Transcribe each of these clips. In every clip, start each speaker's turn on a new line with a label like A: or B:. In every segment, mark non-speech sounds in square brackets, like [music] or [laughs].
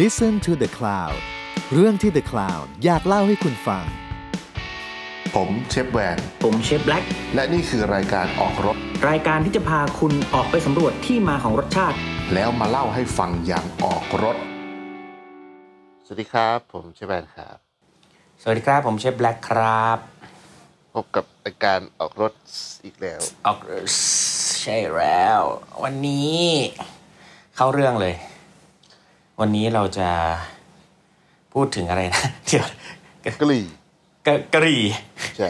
A: Listen to the Cloud เรื่องที่ The Cloud อยากเล่าให้คุณฟัง
B: ผมเชฟแวน
C: ผมเชฟแบล็ก
B: และนี่คือรายการออกรถ
C: รายการที่จะพาคุณออกไปสำรวจที่มาของรสชาติ
B: แล้วมาเล่าให้ฟังอย่างออกรถ สวัสดีครับ ผมเชฟแวนครับ
C: สวัสดีครับ ผมเชฟแบล็กครับ
B: พบกับรายการออกรถอีกแล้ว
C: ออกใช่แล้ว วันนี้เข้าเรื่องเลย วันนี้เราจะพูดถึงอะไรนะ [laughs] เดี๋ยว
B: กลี่
C: กะกะหรี่ [laughs]
B: ใช่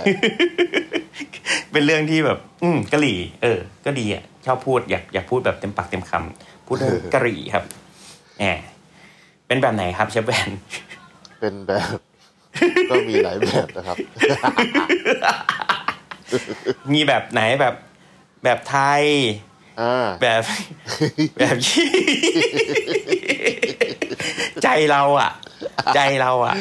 C: เป็นเรื่องที่แบบ อืมกะหรี่ เออ ก็ดีอ่ะชอบพูดอยากอยากพูดแบบเต็มปากเต็มคำพูดเรื่องกะหรี่ครับแหมเป็นแบบไหนครับเชฟแบน [laughs]
B: เป็นแบบ [laughs] ก็มีหลายแบบนะครับ
C: มีแบบไหนแบบแบบไทย
B: อ่า
C: แบบ
B: [laughs]
C: แบบ [laughs] ยี่ใจเราอ่ะ ใจเรา
B: [laughs]
C: อ่ะ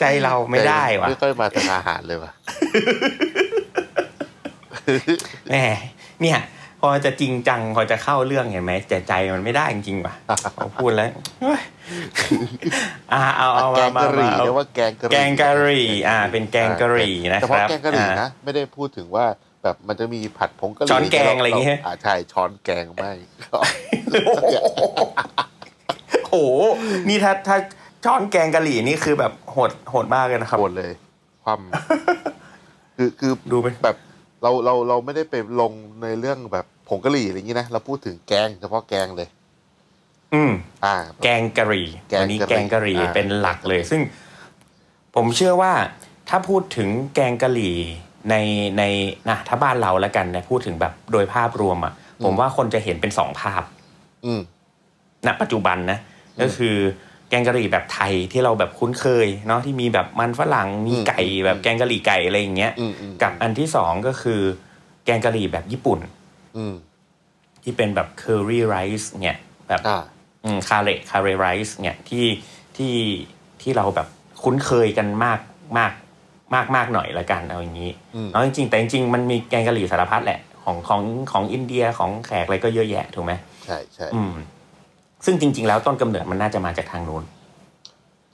C: ใจเราไม่ได้วะ
B: ไม่ค่อยมาทางอาหารเลยว่ะ
C: แหมเนี่ย พอจะจริงจังพอจะเข้าเรื่องเห็นไหมแต่ใจมันไม่ได้จริงๆว่ะพอพูดแล้ว [laughs] เฮ้ยอ่าเอาเอา
B: แก
C: มาง
B: กะหรี่
C: มามา
B: เรียกว่าแกงกะหรี่
C: แกงกะหรี่ อ่า เป็นแกงกะหรี่นะ
B: เฉ
C: ค
B: พาะ
C: รับ
B: แกงกะหรี่
C: อ่า
B: นะไม่ได้พูดถึงว่าแบบมันจะมีผัดผงกะหรี่
C: ช้อนแกงอะไรอย่างเงี้ย
B: าใช่ช้อนแกงไม่
C: [laughs] โอ้โหนี่ถ้าถ้าช้อนแกงกะหรี่นี่คือแบบโหดโหดมากเลยนะครับ
B: หมดเลย ความ
C: [laughs]
B: คือคือ
C: ดูไหม
B: แบบ เราเราเราไม่ได้ไปลงในเรื่องแบบผงกะหรี่อะไรอย่างนี้นะ เราพูดถึงแกงเฉพาะแกงเลย
C: อืม
B: อ่า
C: แกงกะหรี่
B: แกงกะหรี่
C: วันนี้แกงกะหรี่
B: อ่า
C: เป็นหลักเลย ซึ่ง ผมเชื่อว่าถ้าพูดถึงแกงกะหรี่ในในนะถ้าบ้านเราแล้วกันนะพูดถึงแบบโดยภาพรวมอะ่ะ ผมว่าคนจะเห็นเป็นสองภาพ
B: อืม
C: ณปัจจุบันนะก็คือแกงกะหรี่แบบไทยที่เราแบบคุ้นเคยเนาะที่มีแบบมันฝรั่งมี
B: อืม
C: ไก่แบบแกงกะหรี่ไก่อะไรอย่างเงี้ย
B: อืมอืม
C: กับอันที่สองก็คือ แกงกะหรี่แบบญี่ปุ่น
B: อืม
C: ที่เป็นแบบ curry rice เนี่ยแบบ
B: อ่า
C: อืมคาเรคาเรไรซ์เนี่ยที่ที่ที่เราแบบคุ้นเคยกันมากมากมากมากหน่อยละกันเอาอย่างนี้
B: อืม
C: เอาจริงๆแต่จริงๆมันมีแกงกะหรี่สารพัดแหละของของของอินเดียของแขกอะไรก็เยอะแยะถูกไหม
B: ใช่ใช่
C: อืม ซึ่งจริง ๆ แล้วต้นกำเนิดมันน่าจะมาจากทางนู้น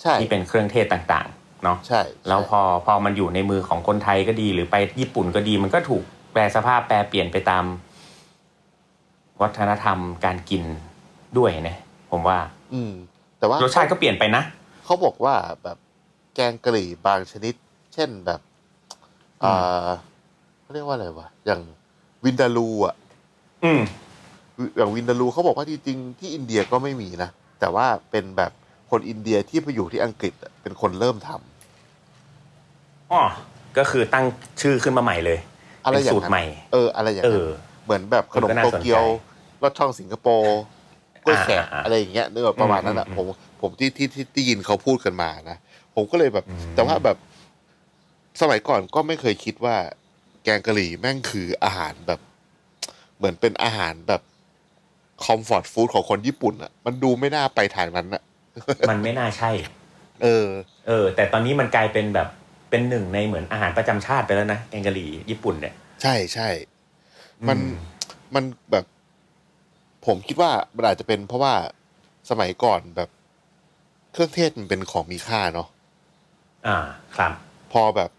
B: ใช่
C: ที่เป็นเครื่องเทศต่างๆเนาะ
B: ใช่
C: แล้วพอพอมันอยู่ในมือของคนไทยก็ดี หรือไปญี่ปุ่นก็ดี มันก็ถูกแปลสภาพแปลเปลี่ยนไปตาม วัฒนธรรมการกินด้วยนะผมว่า
B: อืม แต่ว่าร
C: สชาติก็เปลี่ยนไปนะ
B: เขาบอกว่าแบบแกงกะหรี่บางชนิด เช่นแบบ
C: อืม
B: อ่าเขาเรียกว่าอะไรวะอย่างวินดาลูอ่ะ
C: อืม
B: อย่างวินดาลูเขาบอกว่าจริงๆที่อินเดียก็ไม่มีนะ แต่ว่าเป็นแบบคนอินเดียที่ไปอยู่ที่อังกฤษอะเป็นคนเริ่มทำ
C: อ๋อ ก็คือตั้งชื่อขึ้นมาใหม่เลย
B: อะไร
C: เป็น
B: อย่าง
C: สูตร
B: นั้น
C: ใหม่
B: เออ อะไรอย่าง
C: เอ
B: นั้น
C: อ
B: เหมือนแบบขนม
C: มันก็น่า
B: โต
C: สนใจ
B: เกียวลอดช่องสิงคโปร์กล้วยแขก
C: อ่าๆ
B: อะไรอย่างเงี้ยเนื้อประมาณนั้นอ่ะ
C: อืม
B: ผม ผมที่ที่ที่ที่ยินเขาพูดกันมานะ ผมก็เลยแบบ
C: อืม
B: แต่ว่าแบบสมัยก่อนก็ไม่เคยคิดว่า แกงกะหรี่แม่งคืออาหารแบบ เหมือนเป็นอาหารแบบคอมฟอร์ตฟู้ดของคนญี่ปุ่นอ่ะ มันดูไม่น่าไปทางนั้นอ่ะ
C: มันไม่น่าใช่
B: เออ
C: เออ แต่ตอนนี้มันกลายเป็นแบบ เป็นหนึ่งในเหมือนอาหารประจำชาติไปแล้วนะ แกงกะหรี่ญี่ปุ่นเนี่ย
B: ใช่ใช่ มัน
C: อืม
B: มันแบบ ผมคิดว่ามันอาจจะเป็นเพราะว่าสมัยก่อนแบบเครื่องเทศมันเป็นของมีค่าเนาะ
C: อ่า ครับ
B: พอแบบ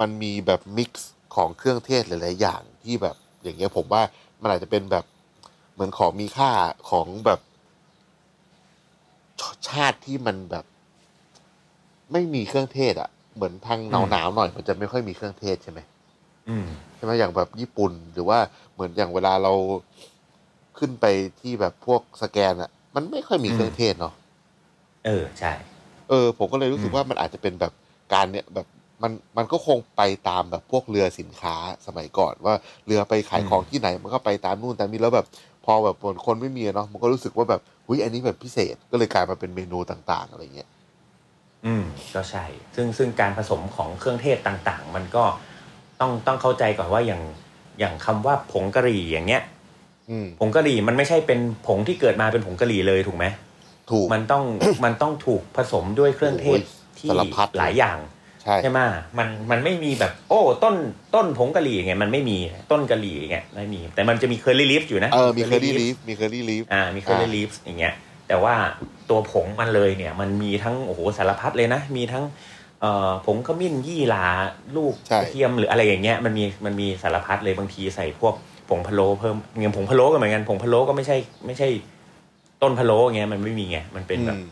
B: มันมีแบบมิกซ์ของเครื่องเทศหลายๆอย่างที่แบบ อย่างเงี้ยผมว่ามันอาจจะเป็นแบบเหมือนของมีค่าของแบบชชาติที่มันแบบ ไม่มีเครื่องเทศอะเหมือนทางหนาวหนาวๆหน่อยมันจะไม่ค่อยมีเครื่องเทศใช่ไหม
C: อืม
B: ใช่ไหมอย่างแบบญี่ปุ่นหรือว่าเหมือนอย่างเวลาเราขึ้นไปที่แบบพวกสแกนอะมันไม่ค่อยมี
C: อืม
B: เครื่องเทศเนาะ
C: เออ ใช่
B: เออผมก็เลยรู้สึก
C: อืม
B: ว่ามันอาจจะเป็นแบบการเนี่ยแบบมันมันก็คงไปตามแบบพวกเรือสินค้าสมัยก่อนว่าเรือไปขายของที่ไหน มันก็ไปตามนู่นตามนี้แล้วแบบ พอแบบคนไม่มีอะเนาะมันก็รู้สึกว่าแบบหุ้ยอันนี้แบบพิเศษก็เลยกลายมาเป็นเมนูต่าง ๆ อะไรเงี้ย
C: อืม ก็ใช่ ซึ่งซึ่งการผสมของเครื่องเทศต่างๆ มันก็ต้องต้องเข้าใจก่อนว่าอย่างอย่างคำว่าผงกะหรี่อย่างเงี้ย
B: อืม
C: ผงกะหรี่มันไม่ใช่เป็นผงที่เกิดมาเป็นผงกะหรี่เลยถูกไหม
B: ถูก
C: มัน
B: [coughs]
C: ต้อง มันต้องถูกผสมด้วยเครื่องเทศ
B: โอ้ย
C: ที่
B: สารพัดเลย
C: หลายอย่าง
B: ใช่
C: ใช่ไหมมันมันไม่มีแบบ โอ้ ต้นต้นผงกะหรี่ไงมันไม่มีต้นกะหรี่ไงไม่มี แต่มันจะมีเคอร์รี่ลีฟอยู่นะ
B: เออมีเคอรี่ลีฟมีเคอรี่ลีฟ
C: อ่ามีเคอร์รี่ลีฟอย่างเงี้ย แต่ว่าตัวผงมันเลยเนี่ย มันมีทั้งโอ้โหสารพัดเลยนะ มีทั้งเอ่อผงขมิ้นยี่หร่าลูก
B: ใช่
C: กระเทียมหรืออะไรอย่างเงี้ยมันมีมันมีสารพัดเลยบางทีใส่พวกผงพะโล้เพิ่มเงี้ยผงพะโล้ก็เหมือนกันผงพะโล้ก็ไม่ใช่ ไม่ใช่ ต้นพะโล้อย่างเงี้ยมันไม่มีไงมันเป็นแบบ
B: อืม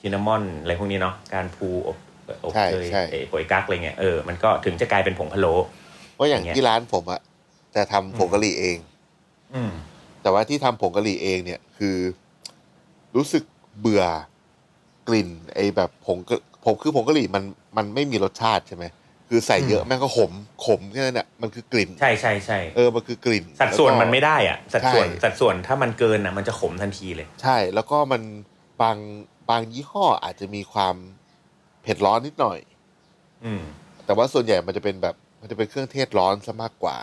C: ซินนามอนอะไรพวกนี้เนาะการพูอบอบ
B: ใช่
C: เอย
B: ใช่
C: เอ่ยโปยกักอะไรเงี้ยเออมันก็ถึงจะกลายเป็นผงพะโล้
B: ว่าะอย่าง
C: อย่างเงี้ย
B: ที่ร้านผมอะจะทำผงกะหรี่เอง
C: อืม
B: แต่ว่าที่ทำผงกะหรี่เองเนี่ยคือรู้สึกเบื่อกลิ่น ไอ้แบบผงกะผมคือผงกะหรี่มันมันไม่มีรสชาติใช่ไหมคือใส่เยอะ
C: อืม
B: แม่งก็ขมขมแค่นั้นแหละมันคือกลิ่น
C: ใช่ใช่ใช่
B: เออมันคือกลิ่น
C: สัดส่วน
B: แล้วก็
C: มันไม่ได้อ่ะสัดส่วน
B: ใช่
C: สัดส่วนถ้ามันเกินอ่ะมันจะขมทันทีเลย
B: ใช่แล้วก็มันบางบางยี่ห้ออาจจะมีความเผ็ดร้อนนิดหน่อย
C: อืม
B: แต่ว่าส่วนใหญ่มันจะเป็นแบบมันจะเป็นเครื่องเทศร้อนซะมากกว่า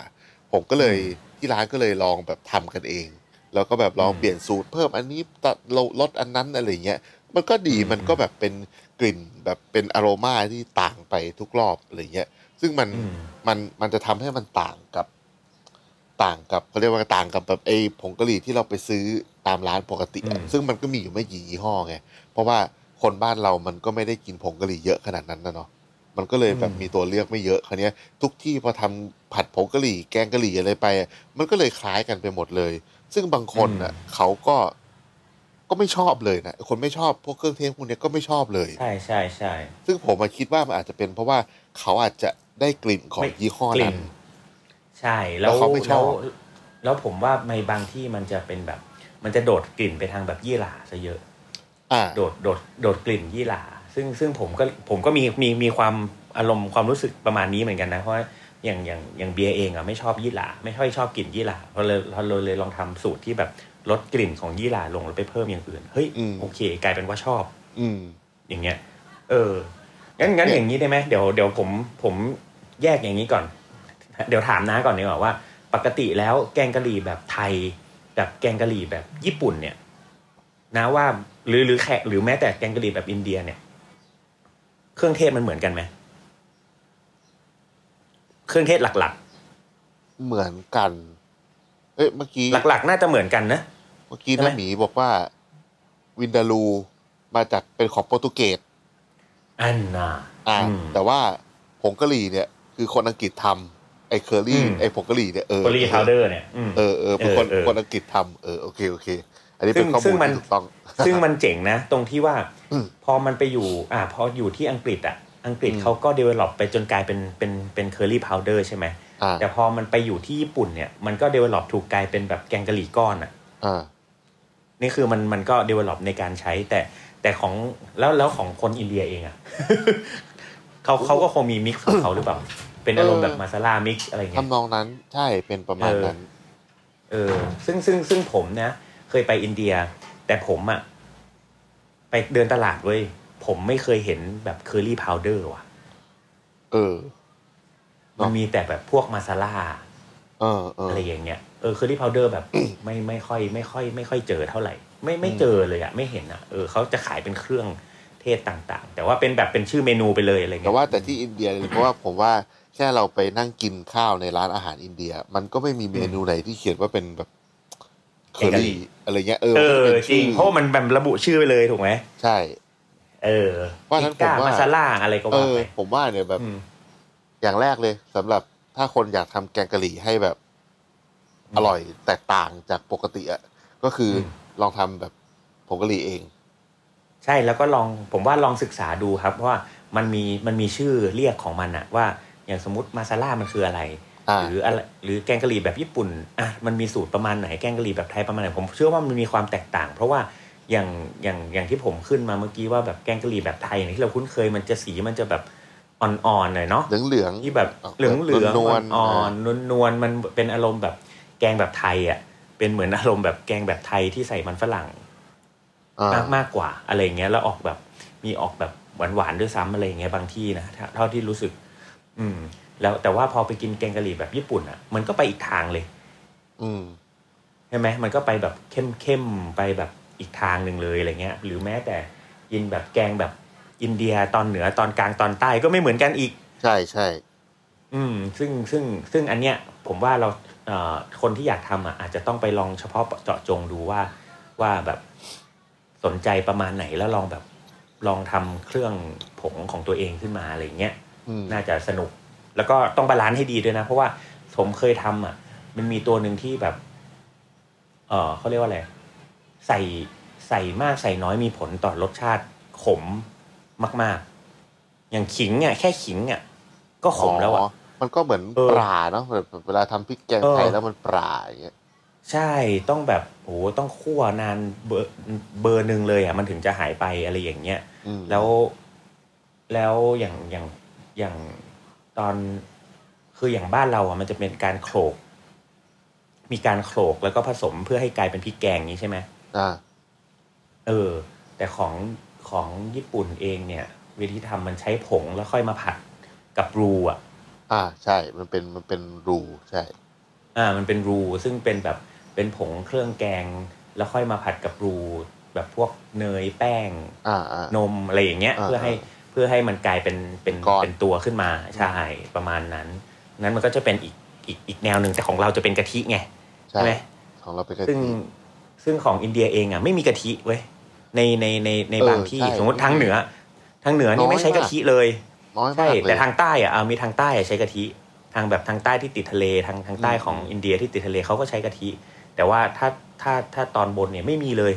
B: ผมก็เลยที่ร้านก็เลยลองแบบทำกันเอง แล้วก็แบบลอง
C: อืม
B: เปลี่ยนสูตรเพิ่มอันนี้ตัดลดอันนั้นอะไรเงี้ยมันก็ดี
C: อืม
B: มันก็แบบเป็นกลิ่นแบบเป็นอโรมาที่ต่างไปทุกรอบอะไรเงี้ยซึ่งมัน
C: อืม
B: มันมันจะทำให้มันต่างกับต่างกับเขาเรียกว่าต่างกับแบบไอ้ผงกะหรี่ที่เราไปซื้อตามร้านปกติอะ
C: อืม
B: ซึ่งมันก็มีอยู่ไม่กี่ยี่ห้อไงเพราะว่าคนบ้านเรามันก็ไม่ได้กินผงกะหรี่เยอะขนาดนั้นนะเนาะ มันก็เลยแบบมีตัวเลือกไม่เยอะคราวเนี้ยทุกที่พอทำผัดผงกะหรี่แกงกะหรี่อะไรไปอะมันก็เลยคล้ายกันไปหมดเลย ซึ่งบางคนน่ะเขาก็ก็ไม่ชอบเลยนะคนไม่ชอบพวกเครื่องเทศพวกเนี้ยก็ไม่ชอบเลย
C: ใช่ใช่ใช่
B: ซึ่งผมมาคิดว่ามันอาจจะเป็นเพราะว่าเขาอาจจะได้กลิ่นของ
C: ไม่
B: ยี่ห้อก
C: ลิ่
B: นั้น
C: ใช่แล้ว
B: แล้วเขาไม่ชอบ
C: แล้วแล้วผมว่าในบางที่มันจะเป็นแบบ มันจะโดดกลิ่นไปทางแบบยี่หร่าซะเยอะ
B: อ่า
C: โดดโดดโดดกลิ่นยี่หร่าซึ่งซึ่งผมก็ผมก็มีมีมีความอารมณ์ความรู้สึกประมาณนี้เหมือนกันนะ เพราะว่าอย่างอย่างอย่างเบียร์เองอ่ะไม่ชอบยี่หร่าไม่ค่อยชอบกลิ่นยี่หร่าเพราะเลยเราเลยเลยลองทำสูตรที่แบบลดกลิ่นของยี่หร่าลงแล้วไปเพิ่มอย่างอื่นเฮ้ย
B: อืม
C: โอเค กลายเป็นว่าชอบ
B: อืม
C: อย่างเงี้ย เออ งั้นงั้น
B: เนี่ย
C: อย่างนี้ได้ไหมเดี๋ยวเดี๋ยวผมผมแยกอย่างนี้ก่อน เดี๋ยวถามน้าก่อนดีกว่าว่า ปกติแล้วแกงกะหรี่แบบไทยแบบแกงกะหรี่แบบญี่ปุ่นเนี่ยน้าว่าหรือหรือแขกหรือแม้แต่แกงกะหรี่แบบอินเดียเนี่ย เครื่องเทศมันเหมือนกันไหมเครื่องเทศหลัก
B: เหมือนกันเอ้ยเมื่อกี้
C: ๆ หลัก ๆ น่าจะเหมือนกันนะ
B: เมื่อกี้
C: ใช่ไหม
B: น้าหมีบอกว่าวินดาลูมาจากเป็นของโปรตุเกส
C: อันน่ะ
B: อ่า
C: อืม
B: แต่ว่าผงกะหรี่เนี่ย คือคนอังกฤษทำไอ้เคอรี่
C: อืม
B: ไอ้ผงกะหรี่เนี่ยเออ
C: โคลีพาวเดอร์เนี่ยอืม
B: เออเออเป็นคน
C: เออเออ
B: คนอังกฤษทำเออโอเคโอเค อันนี้เป็น
C: ซึ่ง
B: ข้อ
C: ซึ่
B: มูล
C: งมัน
B: ที่ถูกต้อง
C: ซึ่งมันเจ๋งนะ ตรงที่ว่า
B: อืม
C: พอมันไปอยู่ อ่าพออยู่ที่อังกฤษอ่ะ อังกฤษ
B: อืม
C: เขาก็ develop ไปจนกลายเป็นเป็นเป็นเคอรี่พาวเดอร์ใช่ไหม
B: อ่า
C: แต่พอมันไปอยู่ที่ญี่ปุ่นเนี่ย มันก็ develop ถูกกลายเป็นแบบแกงกะหรี่ก้อนอ่ะ
B: อ่า
C: นี่คือมันมันก็ develop ในการใช้แต่แต่ของแล้วแล้วของคนอินเดียเองอ่ะ [laughs] เขาเขาก็คงมีมิกซ์ของเขาหรือเปล่า เป็นอารมณ์แบบมาซาลามิกอะไรเงี้ย
B: ทำนองนั้นใช่เป็นประมาณนั้น
C: เออซึ่งซึ่งซึ่งผมนะเคยไปอินเดีย แต่ผมอะไปเดินตลาดเว้ยผมไม่เคยเห็นแบบเคอรี่พาวเดอร์ว่ะ
B: เออ เนอะ
C: มันมีแต่แบบพวกมาซาล่า
B: เออเออ
C: อะไรอย่างเงี้ยเออเคอรี่พาวเดอร์แบบ
B: [coughs]
C: ไม่ไม่ค่อยไม่ค่อย ไม่ค่อยเจอเท่าไหร่ ไม่ไม่เจอเลยอะไม่เห็นอะเออเขาจะขายเป็นเครื่องเทศต่างๆ แต่ว่าเป็นแบบเป็นชื่อเมนูไปเลยอะไรเงี้ย
B: แต่ว่าแต่ที่อินเดียเลยเพราะว่าผมว่าแค่เราไปนั่งกินข้าวในร้านอาหารอินเดีย มันก็ไม่มีเมนูไหนที่เขียนว่าเป็นแบบเคอรี่อะไรเงี้ยเออ
C: เอ
B: มันจะ
C: อ
B: เป็น
C: จริ
B: ชื่
C: ง
B: อ
C: เพราะมันแบบระบุชื่อไปเลยถูกไหม
B: ใช่
C: เออ
B: ว่านั้นผมว่า
C: ซาล่าอะไรก็
B: เอ
C: ว่า
B: อ
C: ไป
B: ผมว่าเนี่ยแบบ
C: อืม
B: อย่างแรกเลยสำหรับถ้าคนอยากทำแกงกะหรี่ให้แบบ อร่อยแตกต่างจากปกติอะก็คืออ
C: ม
B: ลองทำแบบผงกะหรี่เอง
C: ใช่แล้วก็ลองผมว่าลองศึกษาดูครับเพราะว่ามันมีมันมีชื่อเรียกของมันอะว่าอย่างสมมติมาซาล่ามันคืออะไร
B: อ่า
C: หรืออะไรหรือแกงกะหรี่แบบญี่ปุ่นอ่ะมันมีสูตรประมาณไหนแกงกะหรี่แบบไทยประมาณไหนผมเชื่อว่ามันมีความแตกต่าง เพราะว่าอย่างอย่างอย่างที่ผมขึ้นมาเมื่อกี้ว่าแบบแกงกะหรี่แบบไทยเนี่ยที่เราคุ้นเคยมันจะสีมันจะแบบอ่อนๆหน่อยเนาะ
B: เหลืองเหลืองๆ
C: ที่แบบ
B: ออก
C: เหลืองเหลือง
B: นวลๆ
C: อ่อนๆนวลนวลๆมันเป็นอารมณ์แบบแกงแบบไทยอ่ะเป็นเหมือนอารมณ์แบบแกงแบบไทยที่ใส่มันฝรั่ง
B: อ่าม
C: มากมากกว่าอะไรอย่างเงี้ยแล้วออกแบบมีออกแบบหวานๆด้วยซ้ำอะไรอย่างเงี้ยบางที่นะถ้าเท่าที่รู้สึก อืม แล้วแต่ว่าพอไปกินแกงกะหรี่แบบญี่ปุ่นอ่ะ มันก็ไปอีกทางเลย
B: อืม
C: ใช่ไหมมันก็ไปแบบเข้มเข้มๆไปแบบอีกทางหนึ่งเลยอะไรเงี้ย หรือแม้แต่กินแบบแกงแบบอินเดียตอนเหนือตอนกลางตอนใต้ก็ไม่เหมือนกันอีก
B: ใช่ใช่
C: อืมซึ่งซึ่งซึ่งอันเนี้ยผมว่าเราเอ่อคนที่อยากทำอ่ะอาจจะต้องไปลองเฉพาะเจาะจงดูว่าว่าแบบ สนใจประมาณไหนแล้วลองแบบลองทำเครื่องผงของตัวเองขึ้นมาอะไรอย่างเงี้ย
B: อืม
C: น่าจะสนุก แล้วก็ต้องบาลานซ์ให้ดีด้วยนะ เพราะว่าผมเคยทำอ่ะ มันมีตัวหนึ่งที่แบบ เออเขาเรียกว่าอะไร ใส่ใส่มากใส่น้อยมีผลต่อรสชาติขมมาก ๆ อย่างขิงอ่ะแค่ขิงอ่ะก็ขมแล้วอ่ะ
B: มันก็เหมือน
C: เออ
B: ปลาเนาะแบบเวลาทำพริกแกงไทย
C: เออ
B: แล้วมันปลาอย่างเงี้ย
C: ใช่ต้องแบบโอ้โหต้องคั่วนานเบอร์เบอร์หนึ่งเลยอ่ะมันถึงจะหายไปอะไรอย่างเงี้ย
B: อืม
C: แล้วแล้วอย่างอย่างอย่างตอนคืออย่างบ้านเราอ่ะมันจะเป็นการโขลก มีการโขลกแล้วก็ผสมเพื่อให้กลายเป็นพริกแกงนี้ใช่ไหม
B: อ่า
C: เออ แต่ของของญี่ปุ่นเองเนี่ย วิธีทำมันใช้ผงแล้วค่อยมาผัดกับรูอ่ะ
B: อ่าใช่ มันเป็นมันเป็นรูใช่
C: อ่ามันเป็นรูซึ่งเป็นแบบเป็นผงเครื่องแกง แล้วค่อยมาผัดกับรูแบบพวกเนยแป้ง
B: อ่าอ่า
C: นมอะไรอย่างเงี้ย
B: อ่า
C: เพื่อให้เพื่อให้มันกลายเป็นเป็น
B: ก้อน
C: เป็นตัวขึ้นมาใช่ประมาณนั้น นั้นมันก็จะเป็นอีกอีกอีกแนวหนึ่งแต่ของเราจะเป็นกะทิไง
B: ใช่
C: ใช่ไหม
B: ของเราเป็นกะทิ
C: ซึ่งซึ่งของอินเดียเองอ่ะไม่มีกะทิเว้ยในในใน
B: เออบ
C: ในางที่
B: ใช่
C: สมมติทางเหนือ ทางเหนือ
B: น้
C: นี่
B: อย
C: ไม่ใช้กะ
B: มาก
C: ทิเลย
B: น้อย
C: ใช่
B: มากเลย
C: แต่ทางใต้อ่ะเอามีทางใต้อะใช้กะทิทางแบบทางใต้ที่ติดทะเลทางทางใต้
B: อืม
C: ของอินเดียที่ติดทะเลเขาก็ใช้กะทิ แต่ว่าถ้าถ้าถ้าตอนบนเนี่ยไม่มีเลย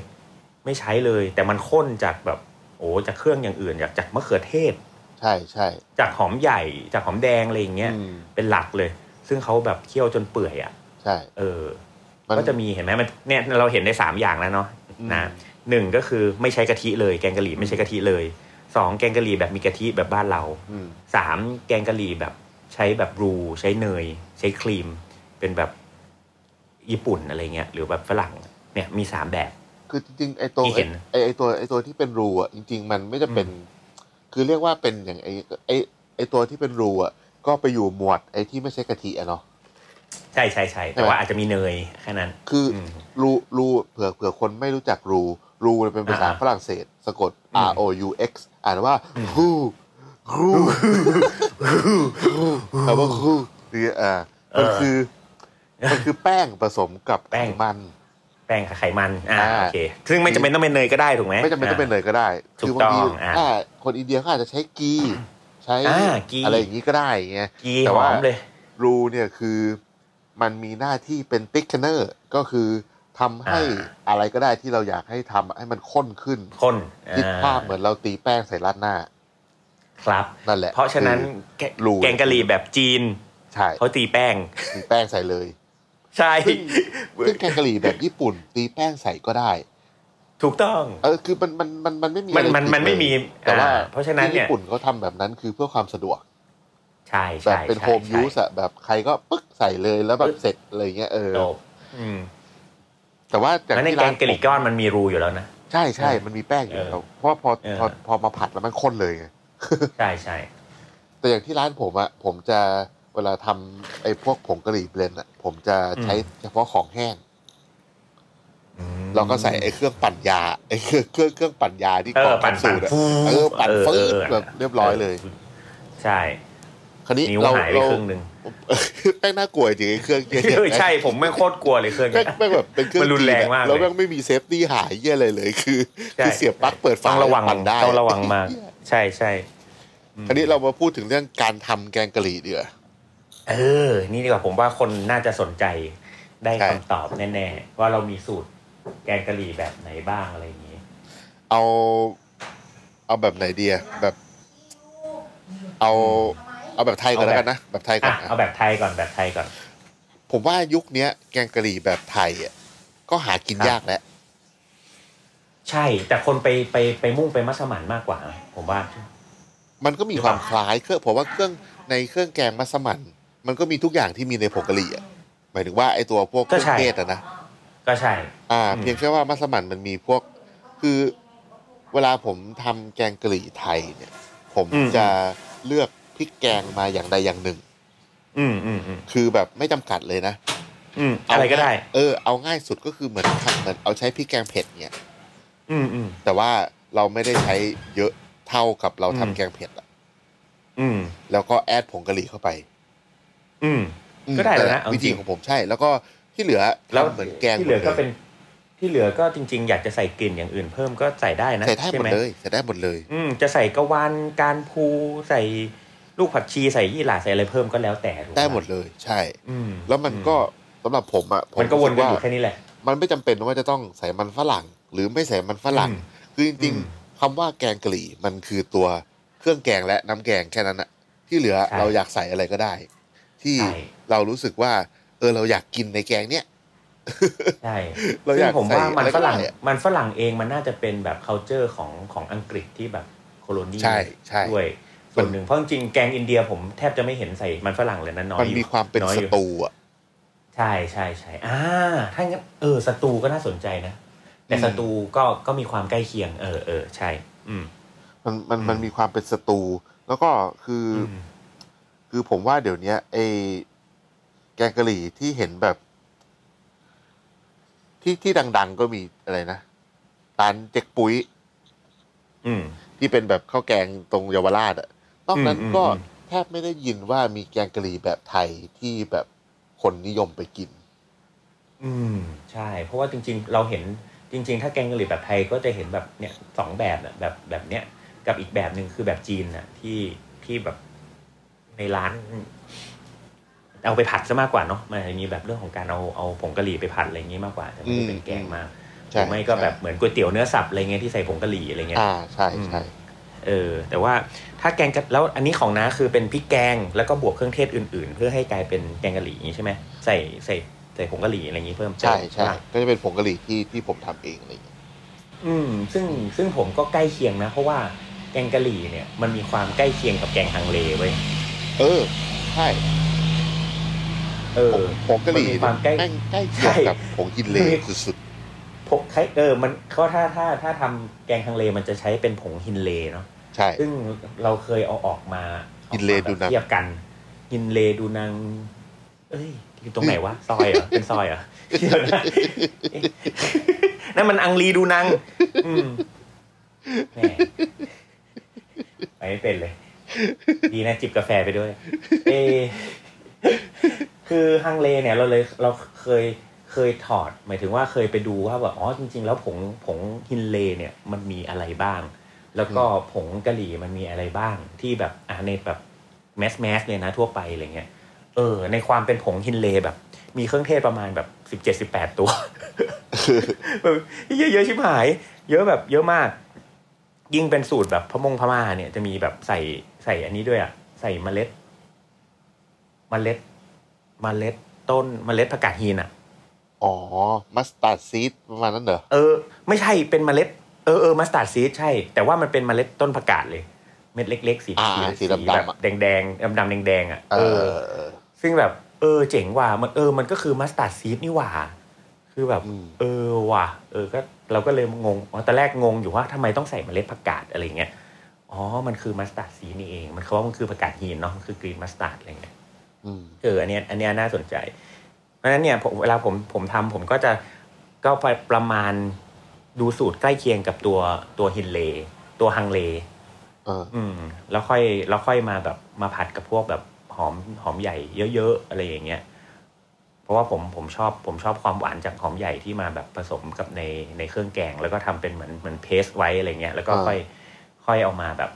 C: ไม่ใช้เลย แต่มันข้นจากแบบโอ้จากเครื่องอย่างอื่นจากจากมะเขือเทศ
B: ใช่ใช่
C: จากหอมใหญ่จากหอมแดงอะไรอย่างเงี้ย
B: อืม
C: เป็นหลักเลย ซึ่งเขาแบบเคี่ยวจนเปื่อยอ่ะ
B: ใช่
C: เออ
B: มัน
C: ก็จะมีเห็นไหมมันเนี่ยเราเห็นได้สามอย่างแล้วเนาะ
B: อืม
C: นะหนึ่งก็คือไม่ใช้กะทิเลย แกงกะหรี่ไม่ใช้กะทิเลยสองแกงกะหรี่แบบมีกะทิแบบบ้านเรา
B: อืม
C: สามแกงกะหรี่แบบใช้แบบรูใช้เนย ใช้ครีม เป็นแบบญี่ปุ่นอะไรเงี้ยหรือแบบฝรั่งเนี่ยมีสามแบบ
B: คือจริงๆไอตัว
C: ที่เห็น
B: ไอไอตัวไอตัวที่เป็นรูอ่ะจริง ๆ มันไม่จะเป็น คือเรียกว่าเป็นอย่างไอไอไอตัวที่เป็นรูอ่ะก็ไปอยู่หมวดไอที่ไม่ใช่กะทิอะเนาะ
C: ใช่ใช่ใช่แต่ว่าอาจจะมีเนยแค่นั้น
B: คืออ
C: ม
B: รูรูเผื่อเผื่อคนไม่รู้จักรูรูมันเป็นภาษา
C: อ่า
B: ฝรั่งเศส สะกด
C: อืม
B: R O U X อ่านว่าฮูรู [laughs] แปลว่าฮูคืออ่ามันคือมันคือแป้งผสมกับ
C: แป้ง
B: ไขมัน
C: แป้งกับไขมันอ่า
B: อ่า
C: โอเคซึ่งไม่จำเป็นต้องเป็นเนยก็ได้ถูกไหม
B: ไม่จำเป็นต้องเป็นเนยก็ได้
C: ถูก
B: คืบางที
C: ต้องอ่า
B: อ่าคนอินเดียเขาอาจจะใช้กี ใช้
C: อ่ากี
B: อะไรอย่างนี้ก็ได้ไง
C: กี
B: แต่
C: หอ
B: ว่า
C: มเลย
B: รูเนี่ยคือมันมีหน้าที่เป็นติ๊กเนอร์ก็คือทำให้
C: อ่
B: อะไรก็ได้ที่เราอยากให้ทำให้มันข้นขึ้น
C: ข้น
B: คิด
C: อ่
B: ภาพเหมือนเราตีแป้งใส่ราดหน้า
C: ครับ
B: นั่นแหละ
C: เพราะฉะนั้น
B: คือ
C: แก
B: รู
C: แกงกะหรี่แบบจีน
B: ใช่
C: เขาตีแป้ง
B: ตีแป้งใส่เลย
C: ใช่
B: ซึ่ง ซึ่งแกงกะหรี่แบบญี่ปุ่น ตีแป้งใส่ก็ได้
C: ถูกต้อง
B: เออคือมันมันมันมันไม่มี
C: มัน
B: อะไร
C: มัน
B: ผิด
C: มันไม่
B: เลย
C: มี
B: แต่ว่า
C: อ่าเพราะฉะนั้น
B: ที่
C: เนี่ย
B: ญี่ปุ่นเขาทำแบบนั้นคือเพื่อความสะดวก
C: ใช่
B: แบ
C: ใช่
B: บเป็น
C: ใช่
B: โฮม
C: ใช่
B: ยูสอะแบบใครก็ปึ๊กใส่เลยแล้วแบบเสร็จอะไรเงี้ยเออ
C: จบอืม
B: แต่ว่าจาก
C: แล้วใน
B: ที่
C: แก
B: ร้าน
C: งกะหรี่ก้อนมันมีรูอยู่แล้วนะ
B: ใช่ใช่มันมีแป้งอยู่
C: เออ
B: แล้วเพราะว่าพอ
C: เออ
B: พอพอมาผัดแล้วมันข้นเลยไง
C: ใช่ใช่
B: แต่อย่างที่ร้านผมอะผมจะเวลาทำไอ้พวกผงกะหรี่เบลนด์อะผมจะใช้เฉพาะของแห้ง
C: อืม
B: เราก็ใส่ไอ้เครื่องปั่นยาไอ้เครื่องเครื่องเครื่องปั่นยาที่
C: เออ
B: ปั่
C: ปั่น
B: น
C: ปั่
B: สู
C: น
B: ตรอะ
C: ฟู
B: เออปั่นฟืด
C: เออออ
B: แบบเรียบร้อยเลย
C: ใช่
B: คราวนี้
C: นิ้ว
B: เรา
C: หายไป
B: เรา
C: ครึ่งหนึ่ง
B: แม่งน่ [laughs] ากลัวจริงไอ้เครื่องเย
C: เออใช่ผมไม่งโคตรกลัวเลยเครื่อง
B: แม่
C: เนี้
B: ง
C: ย
B: แม่งแบบเป็นเครื่อง
C: มันรุนแรงมาก
B: แล้ว
C: เลย
B: แม่งไม่มีเซฟตี้หายเยี่ยอะไรเลยคือ
C: ใช่
B: คือเสียบปลั๊กเปิดฝา
C: ต้องระวัง
B: ปั่นได้
C: ต้องระวังมาก ใช่ใช่
B: คราวนี้เรามาพูดถึงเรื่องการทำแกงกะหรี่ดีกว่า
C: เออ นี่ดีกว่าผมว่าคนน่าจะสนใจได้
B: ใช่
C: คำตอบแน่ๆว่าเรามีสูตรแกงกะหรี่แบบไหนบ้างอะไรอย่างนี้
B: เอาเอาแบบไหนดีอะแบบ เอา เอาแบบไทยก่อนแล้วกันนะแบบไทยก่อ
C: อ่ะ
B: นนะ
C: เอาแบบไทยก่อนแบบไทยก่อน
B: ผมว่ายุคเนี้ย แกงกะหรี่แบบไทยอะก็หากิน
C: ครับ
B: ยากแล้ว
C: ใช่ แต่คนไปไปไปมุ่งไปมัสมั่นมากกว่า ผมว่า
B: มันก็มีความคล้ายเครื่องผมว่าเครื่องในเครื่องแกงมัสมั่นมันก็มีทุกอย่างที่มีในผงกะหรี่อะหมายถึงว่าไอตัวพวกเค
C: ก็
B: รื่อ
C: ใช่
B: งเทศอะนะ
C: ก็ใช่
B: อ่า
C: อืม
B: เพียงแค่ว่ามัสมั่นมันมีพวกคือ เวลาผมทำแกงกะหรี่ไทยเนี่ย ผมจะเลือกพริกแกงมาอย่างใดอย่างหนึ่ง
C: อืมอืมอืม
B: คือแบบไม่จำกัดเลยนะ
C: อืมอะไรก็ได้
B: เออเอาง่ายสุดก็คือเหมือนทำเหมือนเอาใช้พริกแกงเผ็ดเนี่ย
C: อืมอืม
B: แต่ว่าเราไม่ได้ใช้เยอะเท่ากับเราทำ
C: อืม
B: แกงเผ็ดอะ
C: อืม
B: แล้วก็แอดผงกะหรี่เข้าไป
C: อืม
B: อืม
C: ก็ได้แล้วนะ
B: แต่
C: เอาจริง
B: วิธีของผมใช่ แล้วก็ที่เหลือ
C: แล้ว
B: ทำเหมือนแกง
C: ที่เหลือก็เป็น ที่เหลือก็จริง ๆ อยากจะใส่กลิ่นอย่างอื่นเพิ่มก็ใส่ได้นะ
B: ใส่ได้หมด
C: ม
B: เลยใส่ได้หมดเลย
C: อืม จะใส่กะวานการพูใส่ลูกผักชีใส่ยี่หร่าใส่อะไรเพิ่มก็แล้วแต่ถูกปะ
B: ได้หมดเลย ใช่
C: อืม
B: แล้วมันก็สำหรับผมอะผม
C: มันก็วน
B: รู้สึ
C: กัน
B: ว่า
C: อยู่แค่นี้แหละ
B: มันไม่จำเป็นว่าจะต้องใส่มันฝรั่ง หรือไม่ใส่มันฝรั่ง
C: อืม
B: คือจริง
C: อืม
B: ๆคำว่าแกงกะหรี่มันคือตัวเครื่องแกงและน้ำแกงแค่นั้นอะที่เหลือ
C: ใช่
B: เราอยากใส่อะไรก็ได้ ที่
C: ใช่
B: เรารู้สึกว่า เออเราอยากกินในแกงเนี้ย
C: ใช่
B: เรา
C: ซึ่
B: อง ยาก
C: ผมว่า
B: ใส่
C: มัน
B: อะไรก็
C: ฝรั่ง
B: ได้อะ
C: มันฝรั่งเองมันน่าจะเป็นแบบ c u l t u r e ของของอังกฤษที่แบบโคโลนี
B: ใช่ใช่
C: ด้วยส่ว
B: มันน
C: หนึ่งเพราะจริงๆแกงอินเดียผมแทบจะไม่เห็นใส่มันฝรั่งเลยนะน้อย
B: มัน
C: อยู่
B: มีความเป็น
C: อย
B: ส
C: อยู่
B: ตูอะ
C: ใช่ใช่ใช่อ่า ถ้างั้นเออสตูก็น่าสนใจนะ แต่
B: อืม
C: สตูก็ก็มีความใกล้เคียง เออเออใช่ อืม
B: มันมัน
C: อืม
B: มันมีความเป็นสตู แล้วก็คือ
C: อื
B: อ
C: ม
B: คือผมว่าเดี๋ยวเนี้ยไอแกงกะหรี่ที่เห็นแบบ ที่ที่ดัง ๆ ก็มีอะไรนะร้านเจ๊กปุ้ย
C: อืม
B: ที่เป็นแบบข้าวแกงตรงเยาวราชอะนอกนั้น
C: อืม
B: ก็
C: อืม
B: แทบไม่ได้ยินว่ามีแกงกะหรี่แบบไทยที่แบบคนนิยมไปกิน
C: อืม ใช่ เพราะว่าจริง ๆ เราเห็นจริง ๆ ถ้าแกงกะหรี่แบบไทยก็จะเห็นแบบเนี้ยสองแบบน่ะแบบแบบเนี้ยกับอีกแบบหนึ่งคือแบบจีนน่ะ ที่ที่แบบในร้าน เอาไปผัดซะมากกว่าเนาะมันจะมีแบบเรื่องของการเอาเอาผงกะหรี่ไปผัดอะไรอย่างงี้มากกว่าแต่ไม่ได้เป็นแกงมากห
B: ใช่
C: รือไม่ก็
B: ใช่
C: แบบเหมือนก๋วยเตี๋ยวเนื้อสับอะไรเงี้ยที่ใส่ผงกะหรี่อะไรเงี้ย
B: อ่าใช่ใช่
C: เออแต่ว่าถ้าแกงกะแล้วอันนี้ของน้าคือเป็นพริกแกงแล้วก็บวกเครื่องเทศอื่นๆ เพื่อให้กลายเป็นแกงกะหรี่อย่างนี้ใช่ไหมใส่ใส่ใส่ผงกะหรี่อะไรอย่างนี้เพิ่ม
B: ใช่
C: เติม
B: ใช่
C: ปะ
B: ก็จะเป็นผงกะหรี่ที่ที่ผมทำเองอะไรอย่างเงี้ย
C: อืมซึ่งซึ่งผมก็ใกล้เคียงนะ เพราะว่าแกงกะหรี่เนี่ยมันมีความใกล้เคียงกับแกงฮังเลเว้ย
B: เออ ใช่
C: เออ
B: ผงผงกะหรี่
C: มันมีความใกล้
B: แม่งใกล้เคียง
C: ใช่
B: กับผงกินเล
C: มันมี
B: สุด
C: พกใครเออมันก็ถ้าถ้าถ้าทำแกงฮังเลมันจะใช้เป็นผงฮินเลเนาะ
B: ๆใช่
C: ซึ่งเราเคยเอาออกมา
B: กินเลดูนัง
C: เทียบกัน กินเลดูนัง เอ้ยอยู่ตรงไหนวะ ซอยเหรอ เป็นซอยเหรอเดี๋ยวนะเอ๊ะนั่นมันอังรีดูนัง อืมแหมไปไม่เป็นเลย ดีนะจิบกาแฟไปด้วย เออคือฮังเลเนี่ยเราเลยเราเคยเคยถอด หมายถึงว่าเคยไปดูว่าแบบอ๋อจริง ๆ แล้วผงผงฮินเลเนี่ยมันมีอะไรบ้าง แล้วก็ผงกะหรี่มันมีอะไรบ้างที่แบบอ่าในแบบแมสแมสเลยนะทั่วไปอะไรเงี้ยเออ ในความเป็นผงฮินเลแบบ มีเครื่องเทศประมาณแบบสิบเจ็ดสิบแปดตัว แบบเยอะเยอะชิบหาย เยอะแบบเยอะมาก ยิ่งเป็นสูตรแบบพะมงพม่าเนี่ยจะมีแบบใส่ใส่อันนี้ด้วยอ่ะใส่เมล็ด เมล็ด เมล็ดต้นเมล็ดผักกาดฮีนอ่ะ
B: อ๋อ มัสตาร์ดซีดประมาณนั้นเหรอ
C: เออ ไม่ใช่เป็นเมล็ดเออเออมัสตาร์ดซีดใช่ แต่ว่ามันเป็นเมล็ดต้นผักกาดเลย เม็ดเล็ก ๆ สี
B: อ่า
C: สี
B: สีดำๆ
C: แบบ
B: อะ
C: แดงๆดำๆแดงๆอ่ะ
B: เอ
C: เอ
B: อ
C: อ
B: เออ
C: ซึ่งแบบ เออ เจ๋งว่ะมันเออมันก็คือมัสตาร์ดซีดนี่หว่า คือแบบ
B: อืม
C: เออว่ะเออก็เราก็เลยงงอ๋อตอนแรกงงอยู่ว่าทำไมต้องใส่เมล็ดผักกาดอะไรเงี้ยอ๋อมันคือมัสตาร์ดซีดนี่เองมันเขาว่ามันคือผักกาดฮีนเนาะมันคือกรีนมัสตาร์ดอะไรเงี้ย
B: อืม
C: เอออันเนี้ยอันเนี้ยน่าสนใจ เพราะฉะนั้นเนี่ยผมเวลาผมผมทำผมก็จะก็ไปประมาณดูสูตรใกล้เคียงกับตัวตัวฮินเล ตัวฮังเล
B: เออ
C: อืม แล้วค่อยแล้วค่อยมาแบบมาผัดกับพวกแบบหอมหอมใหญ่เยอะๆอะไรอย่างเงี้ย เพราะว่าผมผมชอบผมชอบความหวานจากหอมใหญ่ที่มาแบบผสมกับในในเครื่องแกง แล้วก็ทำเป็นเหมือนเหมือนเพสไว้อะไรเงี้ยแล้วก็
B: อ่า
C: ค่อยค่อยเอามาแบบ